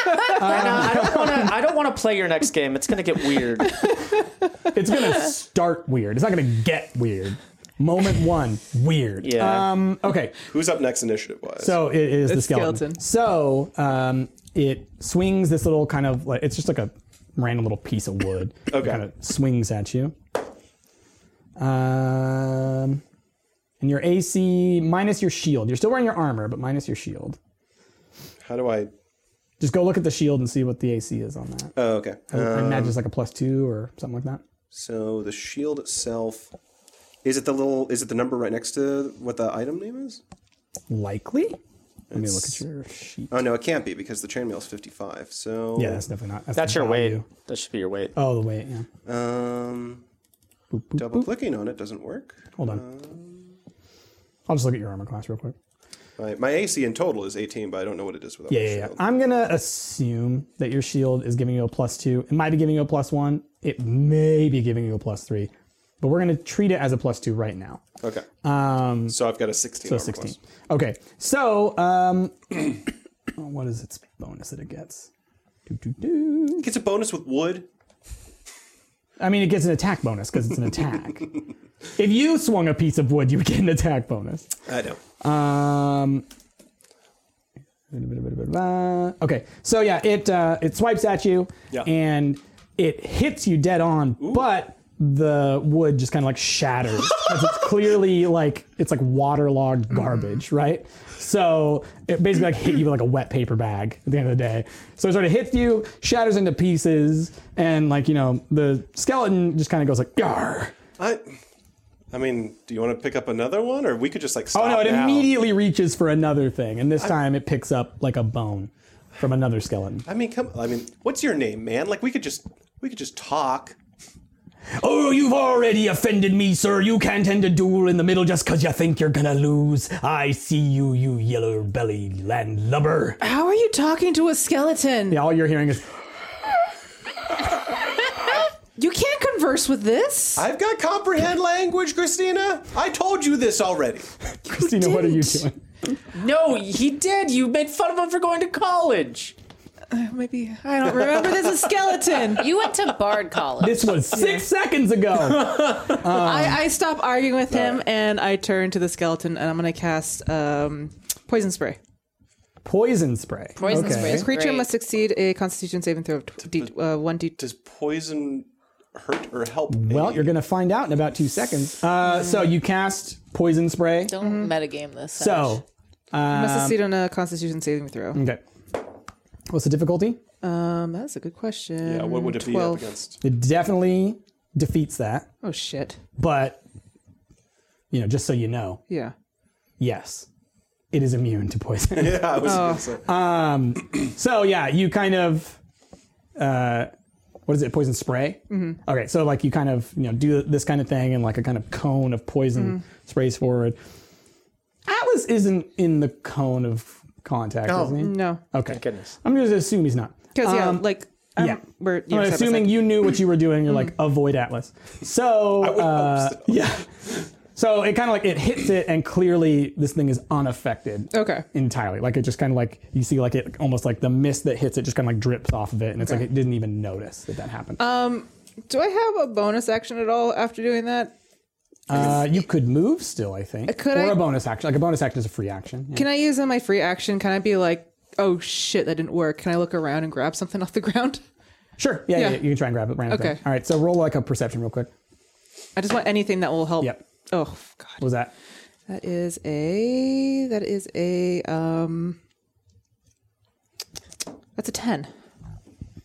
Speaker 1: I don't want to. I don't want to play your next game. It's gonna get weird.
Speaker 2: It's gonna start weird. It's not gonna get weird. Moment one, weird.
Speaker 1: Yeah.
Speaker 2: Um, okay.
Speaker 9: Who's up next initiative wise?
Speaker 2: So it is the
Speaker 8: It's
Speaker 2: skeleton.
Speaker 8: skeleton.
Speaker 2: So um, it swings this little kind of like it's just like a random little piece of wood.
Speaker 9: Okay.
Speaker 2: Kind of swings at you. Um, and your AC minus your shield. You're still wearing your armor, but minus your shield.
Speaker 9: how do I?
Speaker 2: Just go look at the shield and see what the AC is on that.
Speaker 9: Oh, okay.
Speaker 2: I imagine it's like a plus two or something like that.
Speaker 9: So the shield itself. Is it the little? Is it the number right next to what the item name is?
Speaker 2: Likely. Let me look at your sheet.
Speaker 9: Oh no, it can't be because the chainmail is fifty-five. So
Speaker 2: Yeah, that's definitely not.
Speaker 1: That's
Speaker 2: the
Speaker 1: your weight.
Speaker 2: value.
Speaker 1: That should be your weight.
Speaker 2: Oh, the weight. Yeah.
Speaker 9: Um, double clicking on it doesn't work.
Speaker 2: Hold on. I'll just look at your armor class real quick.
Speaker 9: My, my AC in total is eighteen, but I don't know what it is without
Speaker 2: Yeah,
Speaker 9: my
Speaker 2: yeah, yeah.
Speaker 9: shield.
Speaker 2: I'm gonna assume that your shield is giving you a plus two. It might be giving you a plus one. It may be giving you a plus three, but we're gonna treat it as a plus two right now.
Speaker 9: Okay. Um, so I've got a sixteen.
Speaker 2: So
Speaker 9: armor
Speaker 2: sixteen.
Speaker 9: class.
Speaker 2: Okay. So um, what is its bonus that it gets? Doo, doo, doo.
Speaker 9: It gets a bonus with wood.
Speaker 2: I mean, it gets an attack bonus because it's an attack. if you swung a piece of wood, you would get an attack bonus.
Speaker 9: I know.
Speaker 2: Um, okay, so yeah, it uh, it swipes at you,
Speaker 9: Yeah.
Speaker 2: and it hits you dead on, but the wood just kind of like shatters 'cause it's clearly like it's like waterlogged garbage, right? So it basically like hit you with like a wet paper bag at the end of the day. So it sort of hits you, shatters into pieces, and like you know the skeleton just kind of goes like gar.
Speaker 9: I. I mean, do you want to pick up another one, or we could just like stop
Speaker 2: Oh no! It
Speaker 9: now?
Speaker 2: immediately reaches for another thing, and this time it picks up like a bone from another skeleton.
Speaker 9: I mean, come. I mean, what's your name, man? Like, we could just we could just talk.
Speaker 2: Oh, you've already offended me, sir. You can't end a duel in the middle just because you think you're gonna lose. I see you, you yellow-bellied landlubber.
Speaker 8: How are you talking to a skeleton?
Speaker 2: All you're hearing is,
Speaker 8: You can't converse with this.
Speaker 9: I've got comprehend language, Christina. I told you this already.
Speaker 2: Christina, what are you
Speaker 8: didn't.
Speaker 2: doing?
Speaker 1: No, he did. You made fun of him for going to college.
Speaker 8: Uh, Maybe I don't remember. There's a skeleton.
Speaker 5: You went to Bard College.
Speaker 2: This was six seconds ago. Um,
Speaker 8: I, I stop arguing with
Speaker 2: uh,
Speaker 8: him and I turn to the skeleton and I'm gonna cast um, poison spray.
Speaker 2: Poison spray.
Speaker 5: Poison spray is
Speaker 8: Creature
Speaker 5: great.
Speaker 8: must succeed a Constitution saving throw of tw- d- uh, one d.
Speaker 9: Does poison hurt or help? me?
Speaker 2: Well, you're gonna find out in about two seconds. Uh, so you cast poison spray.
Speaker 5: Mm. Don't metagame this.
Speaker 2: So Um,
Speaker 8: must succeed on a Constitution saving throw.
Speaker 2: okay, what's the difficulty?
Speaker 8: Um, that's a good question.
Speaker 9: Yeah, what would it be
Speaker 8: 12.
Speaker 9: up against?
Speaker 2: It definitely defeats that,
Speaker 8: Oh shit.
Speaker 2: but you know, just so you know,
Speaker 8: Yeah.
Speaker 2: yes, it is immune to poison.
Speaker 9: Yeah, I was gonna say.
Speaker 2: Oh. So yeah, you kind of, uh, what is it? Poison spray. Mm-hmm. Okay, so like you kind of you know do this kind of thing, and like a kind of cone of poison
Speaker 8: Mm-hmm.
Speaker 2: sprays forward. Atlas isn't in the cone of contact, is he?
Speaker 8: Oh, No.
Speaker 2: Okay,
Speaker 1: goodness.
Speaker 2: I'm just gonna assume he's not.
Speaker 8: Because yeah, like um,
Speaker 2: yeah.
Speaker 8: we're
Speaker 2: I'm
Speaker 8: yeah, side by
Speaker 2: assuming
Speaker 8: side.
Speaker 2: you knew what you were doing. You're like
Speaker 8: Mm-hmm.
Speaker 2: avoid Atlas. So
Speaker 9: I would
Speaker 2: uh,
Speaker 9: hope so.
Speaker 2: yeah. So it kind of like it hits it, and clearly this thing is unaffected.
Speaker 8: Okay.
Speaker 2: Entirely, like it just kind of like you see, like it almost like the mist that hits it just kind of like drips off of it, and it's like it didn't even notice that that happened.
Speaker 8: Uh, Um, Do I have a bonus action at all after doing that?
Speaker 2: uh, you could move still, I think,
Speaker 8: Could
Speaker 2: or a
Speaker 8: I-
Speaker 2: bonus action. Like a bonus action is a free action. Yeah.
Speaker 8: Can I use in my free action? Can I be like, oh shit, that didn't work? Can I look around and grab something off the ground?
Speaker 2: Sure. Yeah, yeah.
Speaker 8: Yeah.
Speaker 2: yeah, You can try and grab it. Random
Speaker 8: Okay.
Speaker 2: Thing. All right. So roll like a perception real quick.
Speaker 8: I just want anything that will help.
Speaker 2: Yep.
Speaker 8: Oh God.
Speaker 2: What was that?
Speaker 8: That is a. That is a. Um. That's a ten.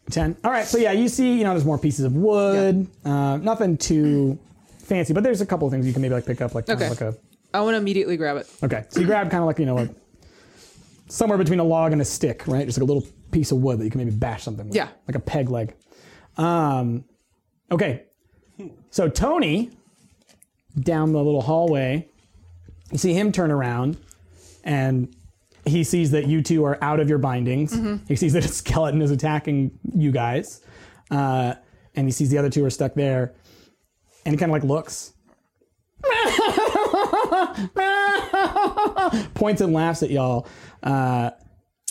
Speaker 2: 10 all right so yeah you see you know there's more pieces of wood uh, nothing too fancy but there's a couple of things you can maybe like pick up like, kind of
Speaker 8: Okay.
Speaker 2: like
Speaker 8: I want to immediately grab it.
Speaker 2: a okay so you grab kind of like you know like somewhere between a log and a stick right just like a little piece of wood that you can maybe bash something with
Speaker 8: Yeah.
Speaker 2: like a peg leg um okay so tony down the little hallway you see him turn around and he sees that you two are out of your bindings. He sees that a skeleton is attacking you guys, uh, and he sees the other two are stuck there, and he kind of like looks, points and laughs at y'all, uh,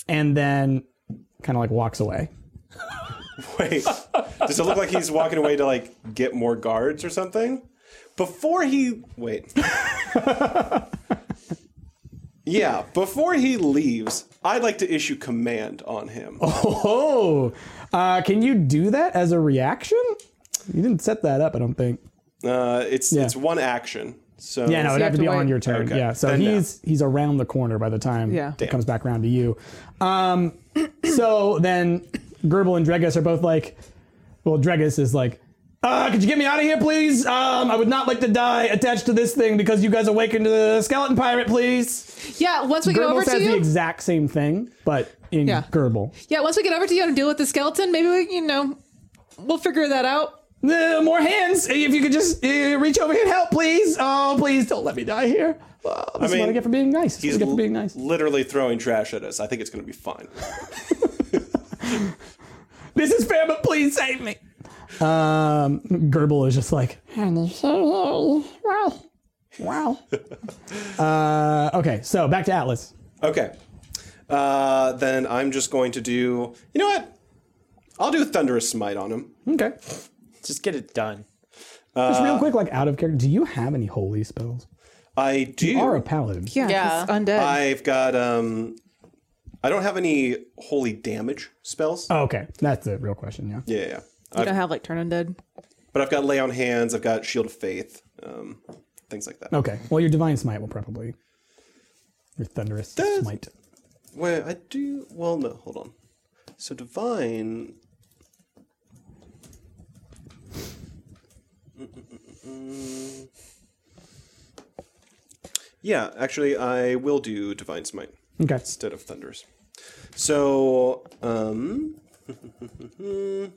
Speaker 2: and then kind of like walks away.
Speaker 9: Wait, does it look like he's walking away to like get more guards or something? Before he wait, yeah, before he leaves, I'd like to issue command on him.
Speaker 2: Oh, uh, can you do that as a reaction? You didn't set that up, I don't think.
Speaker 9: Uh, it's
Speaker 2: Yeah.
Speaker 9: it's one action, so
Speaker 2: Yeah, no,
Speaker 8: you
Speaker 2: it'd have
Speaker 8: have
Speaker 2: to
Speaker 8: to
Speaker 2: be
Speaker 8: wait.
Speaker 2: on your turn.
Speaker 9: Okay.
Speaker 2: Yeah, so
Speaker 9: Then no.
Speaker 2: he's he's around the corner by the time
Speaker 8: Yeah.
Speaker 2: it comes back around to you. Um, so then Gerbil and Dregus are both like, well, Dregus is like, uh, could you get me out of here, please? Um, I would not like to die attached to this thing because you guys awakened the skeleton pirate, please.
Speaker 8: Yeah. Once we get
Speaker 2: Gerbil
Speaker 8: over
Speaker 2: says
Speaker 8: to
Speaker 2: the
Speaker 8: you.
Speaker 2: exact same thing, but in
Speaker 8: Yeah.
Speaker 2: Gerbil.
Speaker 8: yeah. Once we get over to you and deal with the skeleton, maybe we, you know, we'll figure that out.
Speaker 2: Uh, more hands. If you could just uh, reach over here and help, please. Oh, please don't let me die here. Oh, this is what I
Speaker 9: mean,
Speaker 2: get for being nice. This is
Speaker 9: he's
Speaker 2: what I get for being
Speaker 9: l-
Speaker 2: nice.
Speaker 9: literally throwing trash at us. I think it's going to be fine.
Speaker 2: This is fair, but please save me. Um, Gerbil is just like, I'm so sorry. Wow. Wow. uh, okay, so back to Atlas.
Speaker 9: Okay, uh, then I'm just going to do. You know what? I'll do thunderous smite on him.
Speaker 2: Okay.
Speaker 1: Just get it done.
Speaker 2: Just
Speaker 9: Uh,
Speaker 2: real quick, like out of character, do you have any holy spells?
Speaker 9: I do.
Speaker 2: You are a paladin.
Speaker 8: Yeah. 'cause
Speaker 5: Yeah.
Speaker 8: Undead.
Speaker 9: I've got um I don't have any holy damage spells.
Speaker 2: Oh, okay, that's the real question, yeah.
Speaker 9: Yeah, yeah, yeah. Uh,
Speaker 8: you don't have like turn undead.
Speaker 9: But I've got lay on hands, I've got shield of faith, um, things like that.
Speaker 2: Okay, well, your divine smite will probably. Your thunderous
Speaker 9: Does-
Speaker 2: smite.
Speaker 9: Wait, I do well no, hold on. So divine Mm, Mm-mm-mm-mm. mm, Yeah, actually I will do divine smite
Speaker 2: Okay.
Speaker 9: instead of thunders. So, um,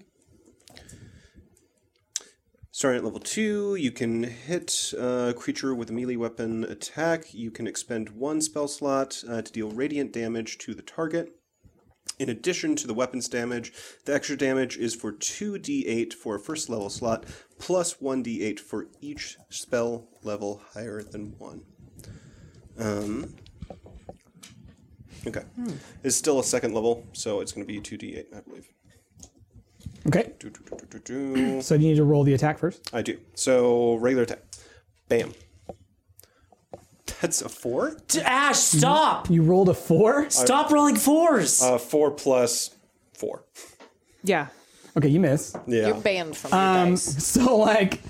Speaker 9: starting at level two, you can hit a creature with a melee weapon attack. You can expend one spell slot uh, to deal radiant damage to the target. In addition to the weapon's damage, the extra damage is for 2d8 for a first level slot, plus 1d8 for each spell level higher than 1. Um, okay. It's still a second level, so it's going to be 2d8, I believe.
Speaker 2: Okay,
Speaker 9: Do, do, do, do, do, do.
Speaker 2: so you need to roll the attack first.
Speaker 9: I do. So regular attack. Bam. That's a four?
Speaker 4: D- Ash, stop!
Speaker 2: You rolled a four?
Speaker 1: Uh,
Speaker 4: Stop rolling fours.
Speaker 9: A Uh, four plus four.
Speaker 8: Yeah.
Speaker 2: Okay, you miss.
Speaker 9: Yeah.
Speaker 5: You're banned from your dice.
Speaker 2: Um, So like,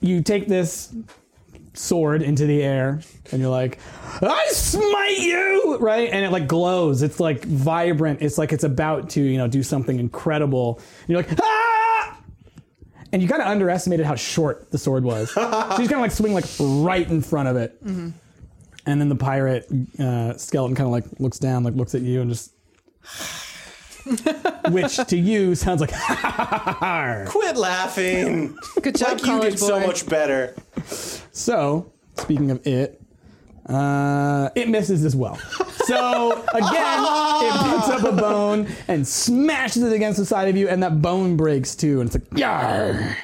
Speaker 2: you take this sword into the air, and you're like, "I smite you!" Right, and it like glows. It's like vibrant. It's like it's about to you know do something incredible. And you're like, "Ah!" And you kind of underestimated how short the sword was. so you just kind of like swing like right in front of it, and then the pirate uh, skeleton kind of like looks down, like looks at you, and just. Which to you sounds like
Speaker 9: Quit laughing.
Speaker 8: Good job,
Speaker 9: like you
Speaker 8: college
Speaker 9: did so
Speaker 8: boy.
Speaker 9: much better.
Speaker 2: So, speaking of it, uh, it misses as well. So, again, it picks up a bone and smashes it against the side of you, and that bone breaks too. And it's like, Yarr!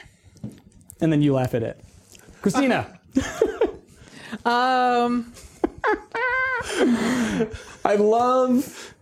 Speaker 2: And then you laugh at it. Christina,
Speaker 8: Um.
Speaker 2: I love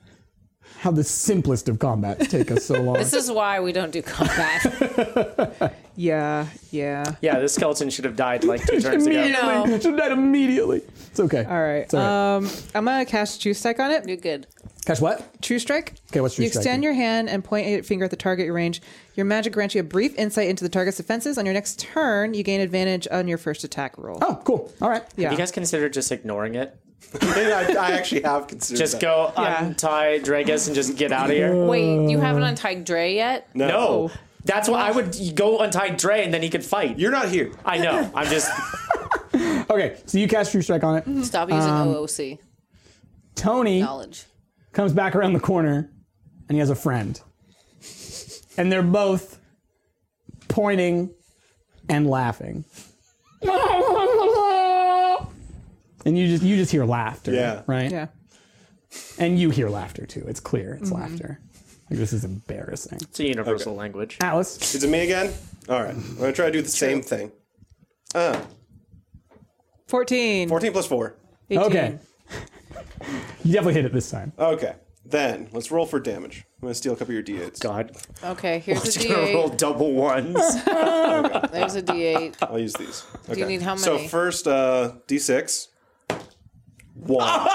Speaker 2: how the simplest of combats take us so long.
Speaker 5: This is why we don't do combat.
Speaker 8: Yeah. Yeah.
Speaker 1: Yeah, this skeleton should have died like two turns ago.
Speaker 2: immediately. Should have died immediately. It's okay.
Speaker 8: All right.
Speaker 2: It's all right.
Speaker 8: Um, I'm gonna cast juice tech on it.
Speaker 5: You're good.
Speaker 2: Catch what?
Speaker 8: True Strike.
Speaker 2: Okay, what's True
Speaker 8: You extend
Speaker 2: Strike?
Speaker 8: your hand and point a finger at the target you range. Your magic grants you a brief insight into the target's defenses. On your next turn, you gain advantage on your first attack roll.
Speaker 2: Oh, cool. All right.
Speaker 8: yeah.
Speaker 1: You guys consider just ignoring it?
Speaker 9: I, I actually have considered
Speaker 1: Just
Speaker 9: that.
Speaker 1: go
Speaker 8: Yeah.
Speaker 1: untie Dragus and just get out of here?
Speaker 5: Wait, you haven't untied Dre yet?
Speaker 1: No. That's why I would go untie Dre and then he could fight.
Speaker 9: You're not here.
Speaker 1: I know. I'm just.
Speaker 2: Okay, so you cast True Strike on it.
Speaker 8: Mm-hmm.
Speaker 5: Stop using OOC
Speaker 2: Tony
Speaker 5: knowledge.
Speaker 2: comes back around the corner and he has a friend. And they're both pointing and laughing. And you just you just hear laughter.
Speaker 9: Yeah.
Speaker 2: Right?
Speaker 8: Yeah.
Speaker 2: And you hear laughter too. It's clear. It's laughter. Like this is embarrassing.
Speaker 1: It's a universal language.
Speaker 2: Alice.
Speaker 9: Is it me again? All right. I'm going to try to do the same thing.
Speaker 8: 14.
Speaker 9: 14 plus 4.
Speaker 8: 18.
Speaker 2: Okay. you definitely hit it this time.
Speaker 9: Okay. Then let's roll for damage. I'm going to steal a couple of your d8s.
Speaker 1: God.
Speaker 5: Okay, here's a
Speaker 1: Just gonna roll
Speaker 5: D8.
Speaker 1: double ones.
Speaker 5: There's a D8.
Speaker 9: I'll use these. Okay.
Speaker 5: you need how
Speaker 9: So
Speaker 5: many?
Speaker 9: first, uh, d6. One.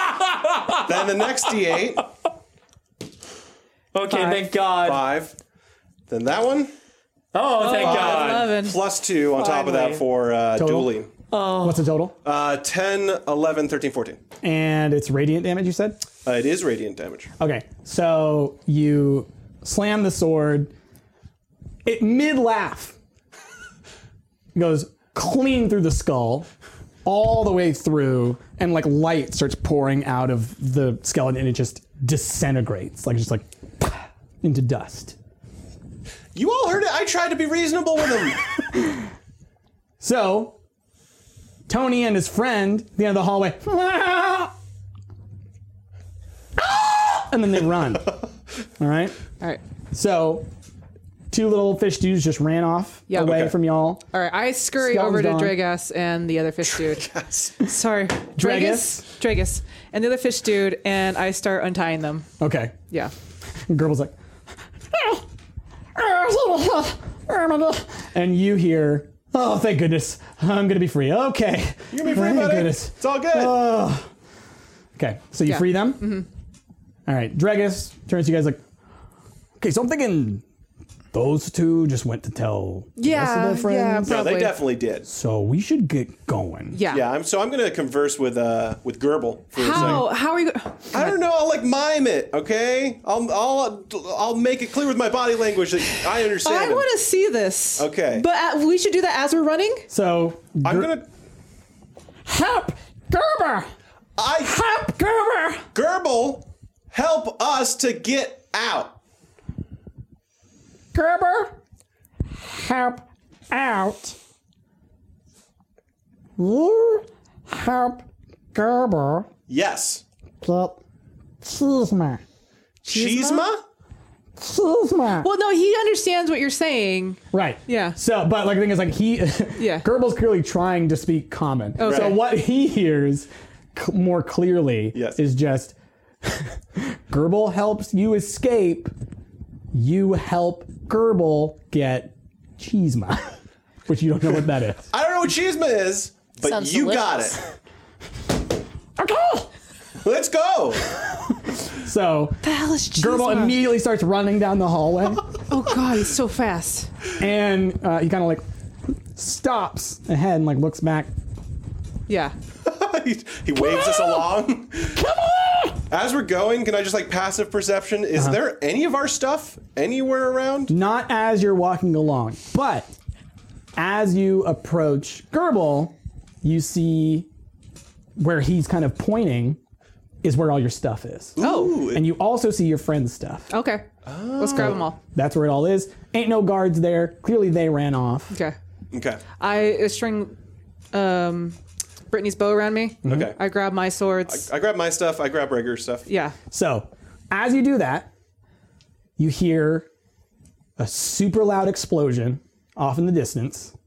Speaker 9: then the next d8,
Speaker 1: Okay, thank God.
Speaker 9: five. Then that one,
Speaker 1: Oh, thank God.
Speaker 8: 11.
Speaker 9: plus two on top of that
Speaker 1: Finally.
Speaker 9: for uh,
Speaker 2: Total?
Speaker 9: dueling.
Speaker 2: What's the total?
Speaker 9: Uh, 10, 11, 13, 14.
Speaker 2: and it's radiant damage, you said?
Speaker 9: Uh, it is radiant damage.
Speaker 2: Okay, so you slam the sword. It mid laugh goes clean through the skull, all the way through, and like light starts pouring out of the skeleton, and it just disintegrates, like just like into dust.
Speaker 9: You all heard it. I tried to be reasonable with him.
Speaker 2: So Tony and his friend at the end of the hallway, and then they run. All right.
Speaker 8: All right.
Speaker 2: So, two little fish dudes just ran off
Speaker 8: Yeah.
Speaker 2: away
Speaker 9: Okay.
Speaker 2: from y'all.
Speaker 8: All right. I scurry
Speaker 2: Skeleton's
Speaker 8: over to
Speaker 2: gone.
Speaker 8: Dragas and the other fish dude. Sorry.
Speaker 2: Dragas?
Speaker 8: Dragas? Dragas. And the other fish dude, and I start untying them.
Speaker 2: Okay.
Speaker 8: Yeah.
Speaker 2: And Gerbil's like, and you hear, oh, thank goodness, I'm gonna be free. Okay. You're
Speaker 9: gonna be free, buddy. It's all good.
Speaker 2: okay. So you
Speaker 8: Yeah.
Speaker 2: free them. Mm-hmm. right. Dragus turns to you guys like, okay. So I'm thinking those two just went to tell the
Speaker 8: Yeah.
Speaker 2: rest of their
Speaker 8: Yeah.
Speaker 2: friends.
Speaker 9: no,
Speaker 8: Probably.
Speaker 9: they definitely did.
Speaker 2: so we should get going.
Speaker 8: Yeah.
Speaker 9: Yeah, I'm, so I'm going to converse with uh with Gerbil for
Speaker 8: How?
Speaker 9: a
Speaker 8: How are you? go-
Speaker 9: second. I don't know. I'll like mime it, okay? I'll I'll I'll make it clear with my body language that I understand.
Speaker 8: I
Speaker 9: him.
Speaker 8: want to see this.
Speaker 9: Okay.
Speaker 8: But uh, we should do that as we're running.
Speaker 2: So
Speaker 9: I'm
Speaker 2: Ger-
Speaker 9: gonna.
Speaker 2: help Gerber.
Speaker 9: I
Speaker 2: Help Gerber.
Speaker 9: Gerbil, help us to get out.
Speaker 2: Gerber, help out. You help Gerber.
Speaker 9: Yes.
Speaker 2: Get Cheeseman.
Speaker 9: Cheesema?
Speaker 2: Cheeseman.
Speaker 8: Well, no, he understands what you're saying.
Speaker 2: Right.
Speaker 8: Yeah.
Speaker 2: So, but like the thing is, like he,
Speaker 8: Yeah.
Speaker 2: Gerbil's clearly trying to speak common.
Speaker 8: Okay.
Speaker 2: So what he hears c- more clearly
Speaker 9: Yes.
Speaker 2: is just Gerbil helps you escape. You help Gerbil get cheesema, which you don't know what that is.
Speaker 9: I don't know what cheesema is, but
Speaker 5: Sounds
Speaker 9: you
Speaker 5: delicious.
Speaker 9: got
Speaker 2: okay.
Speaker 9: it. Let's go.
Speaker 2: So Gerbil immediately starts running down the hallway,
Speaker 8: Oh God, he's so fast.
Speaker 2: and uh, he kind of like stops ahead and like looks back.
Speaker 8: Yeah.
Speaker 9: he, he waves us along. As we're going, can I just like passive perception? Is
Speaker 8: Uh-huh.
Speaker 9: there any of our stuff anywhere around?
Speaker 2: not as you're walking along, but as you approach Gerbil, you see where he's kind of pointing is where all your stuff is.
Speaker 8: Oh.
Speaker 2: And you also see your friend's stuff.
Speaker 8: Okay. Let's grab them
Speaker 9: Oh.
Speaker 8: all.
Speaker 2: That's where it all is. Ain't no guards there. Clearly they ran off.
Speaker 8: Okay.
Speaker 9: Okay.
Speaker 8: I uh, string um, Brittany's bow around me.
Speaker 9: Okay.
Speaker 8: I grab my swords.
Speaker 9: I grab my stuff. I grab Rager's stuff.
Speaker 8: yeah.
Speaker 2: So, as you do that, you hear a super loud explosion off in the distance.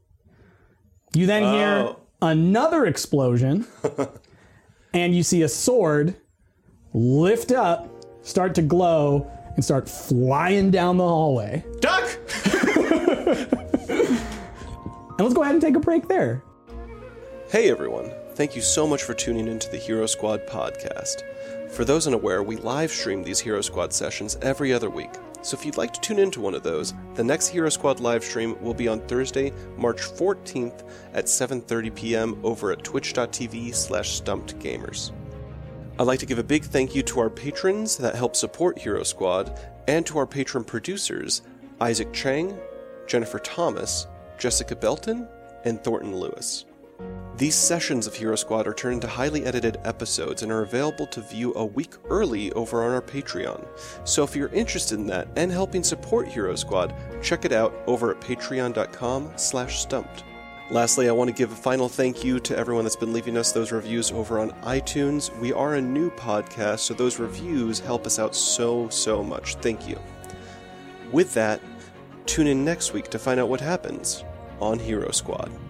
Speaker 2: You then hear
Speaker 9: Oh.
Speaker 2: another explosion, and you see a sword lift up, start to glow, and start flying down the hallway.
Speaker 9: Duck!
Speaker 2: And let's go ahead and take a break there.
Speaker 9: Hey everyone, thank you so much for tuning into the Hero Squad podcast. For those unaware, we live stream these Hero Squad sessions every other week. So if you'd like to tune into one of those, the next Hero Squad live stream will be on Thursday, March 14th at 7:30 p.m. over at twitch.tv/stumpedgamers. slash stumpedgamers. I'd like to give a big thank you to our patrons that help support Hero Squad and to our patron producers Isaac Chang, Jennifer Thomas, Jessica Belton, and Thornton Lewis. These sessions of Hero Squad are turned into highly edited episodes and are available to view a week early over on our Patreon. So if you're interested in that and helping support Hero Squad, check it out over at patreon.com slash stumped. Lastly, I want to give a final thank you to everyone that's been leaving us those reviews over on iTunes. We are a new podcast, so those reviews help us out so, so much. Thank you. With that, tune in next week to find out what happens on Hero Squad.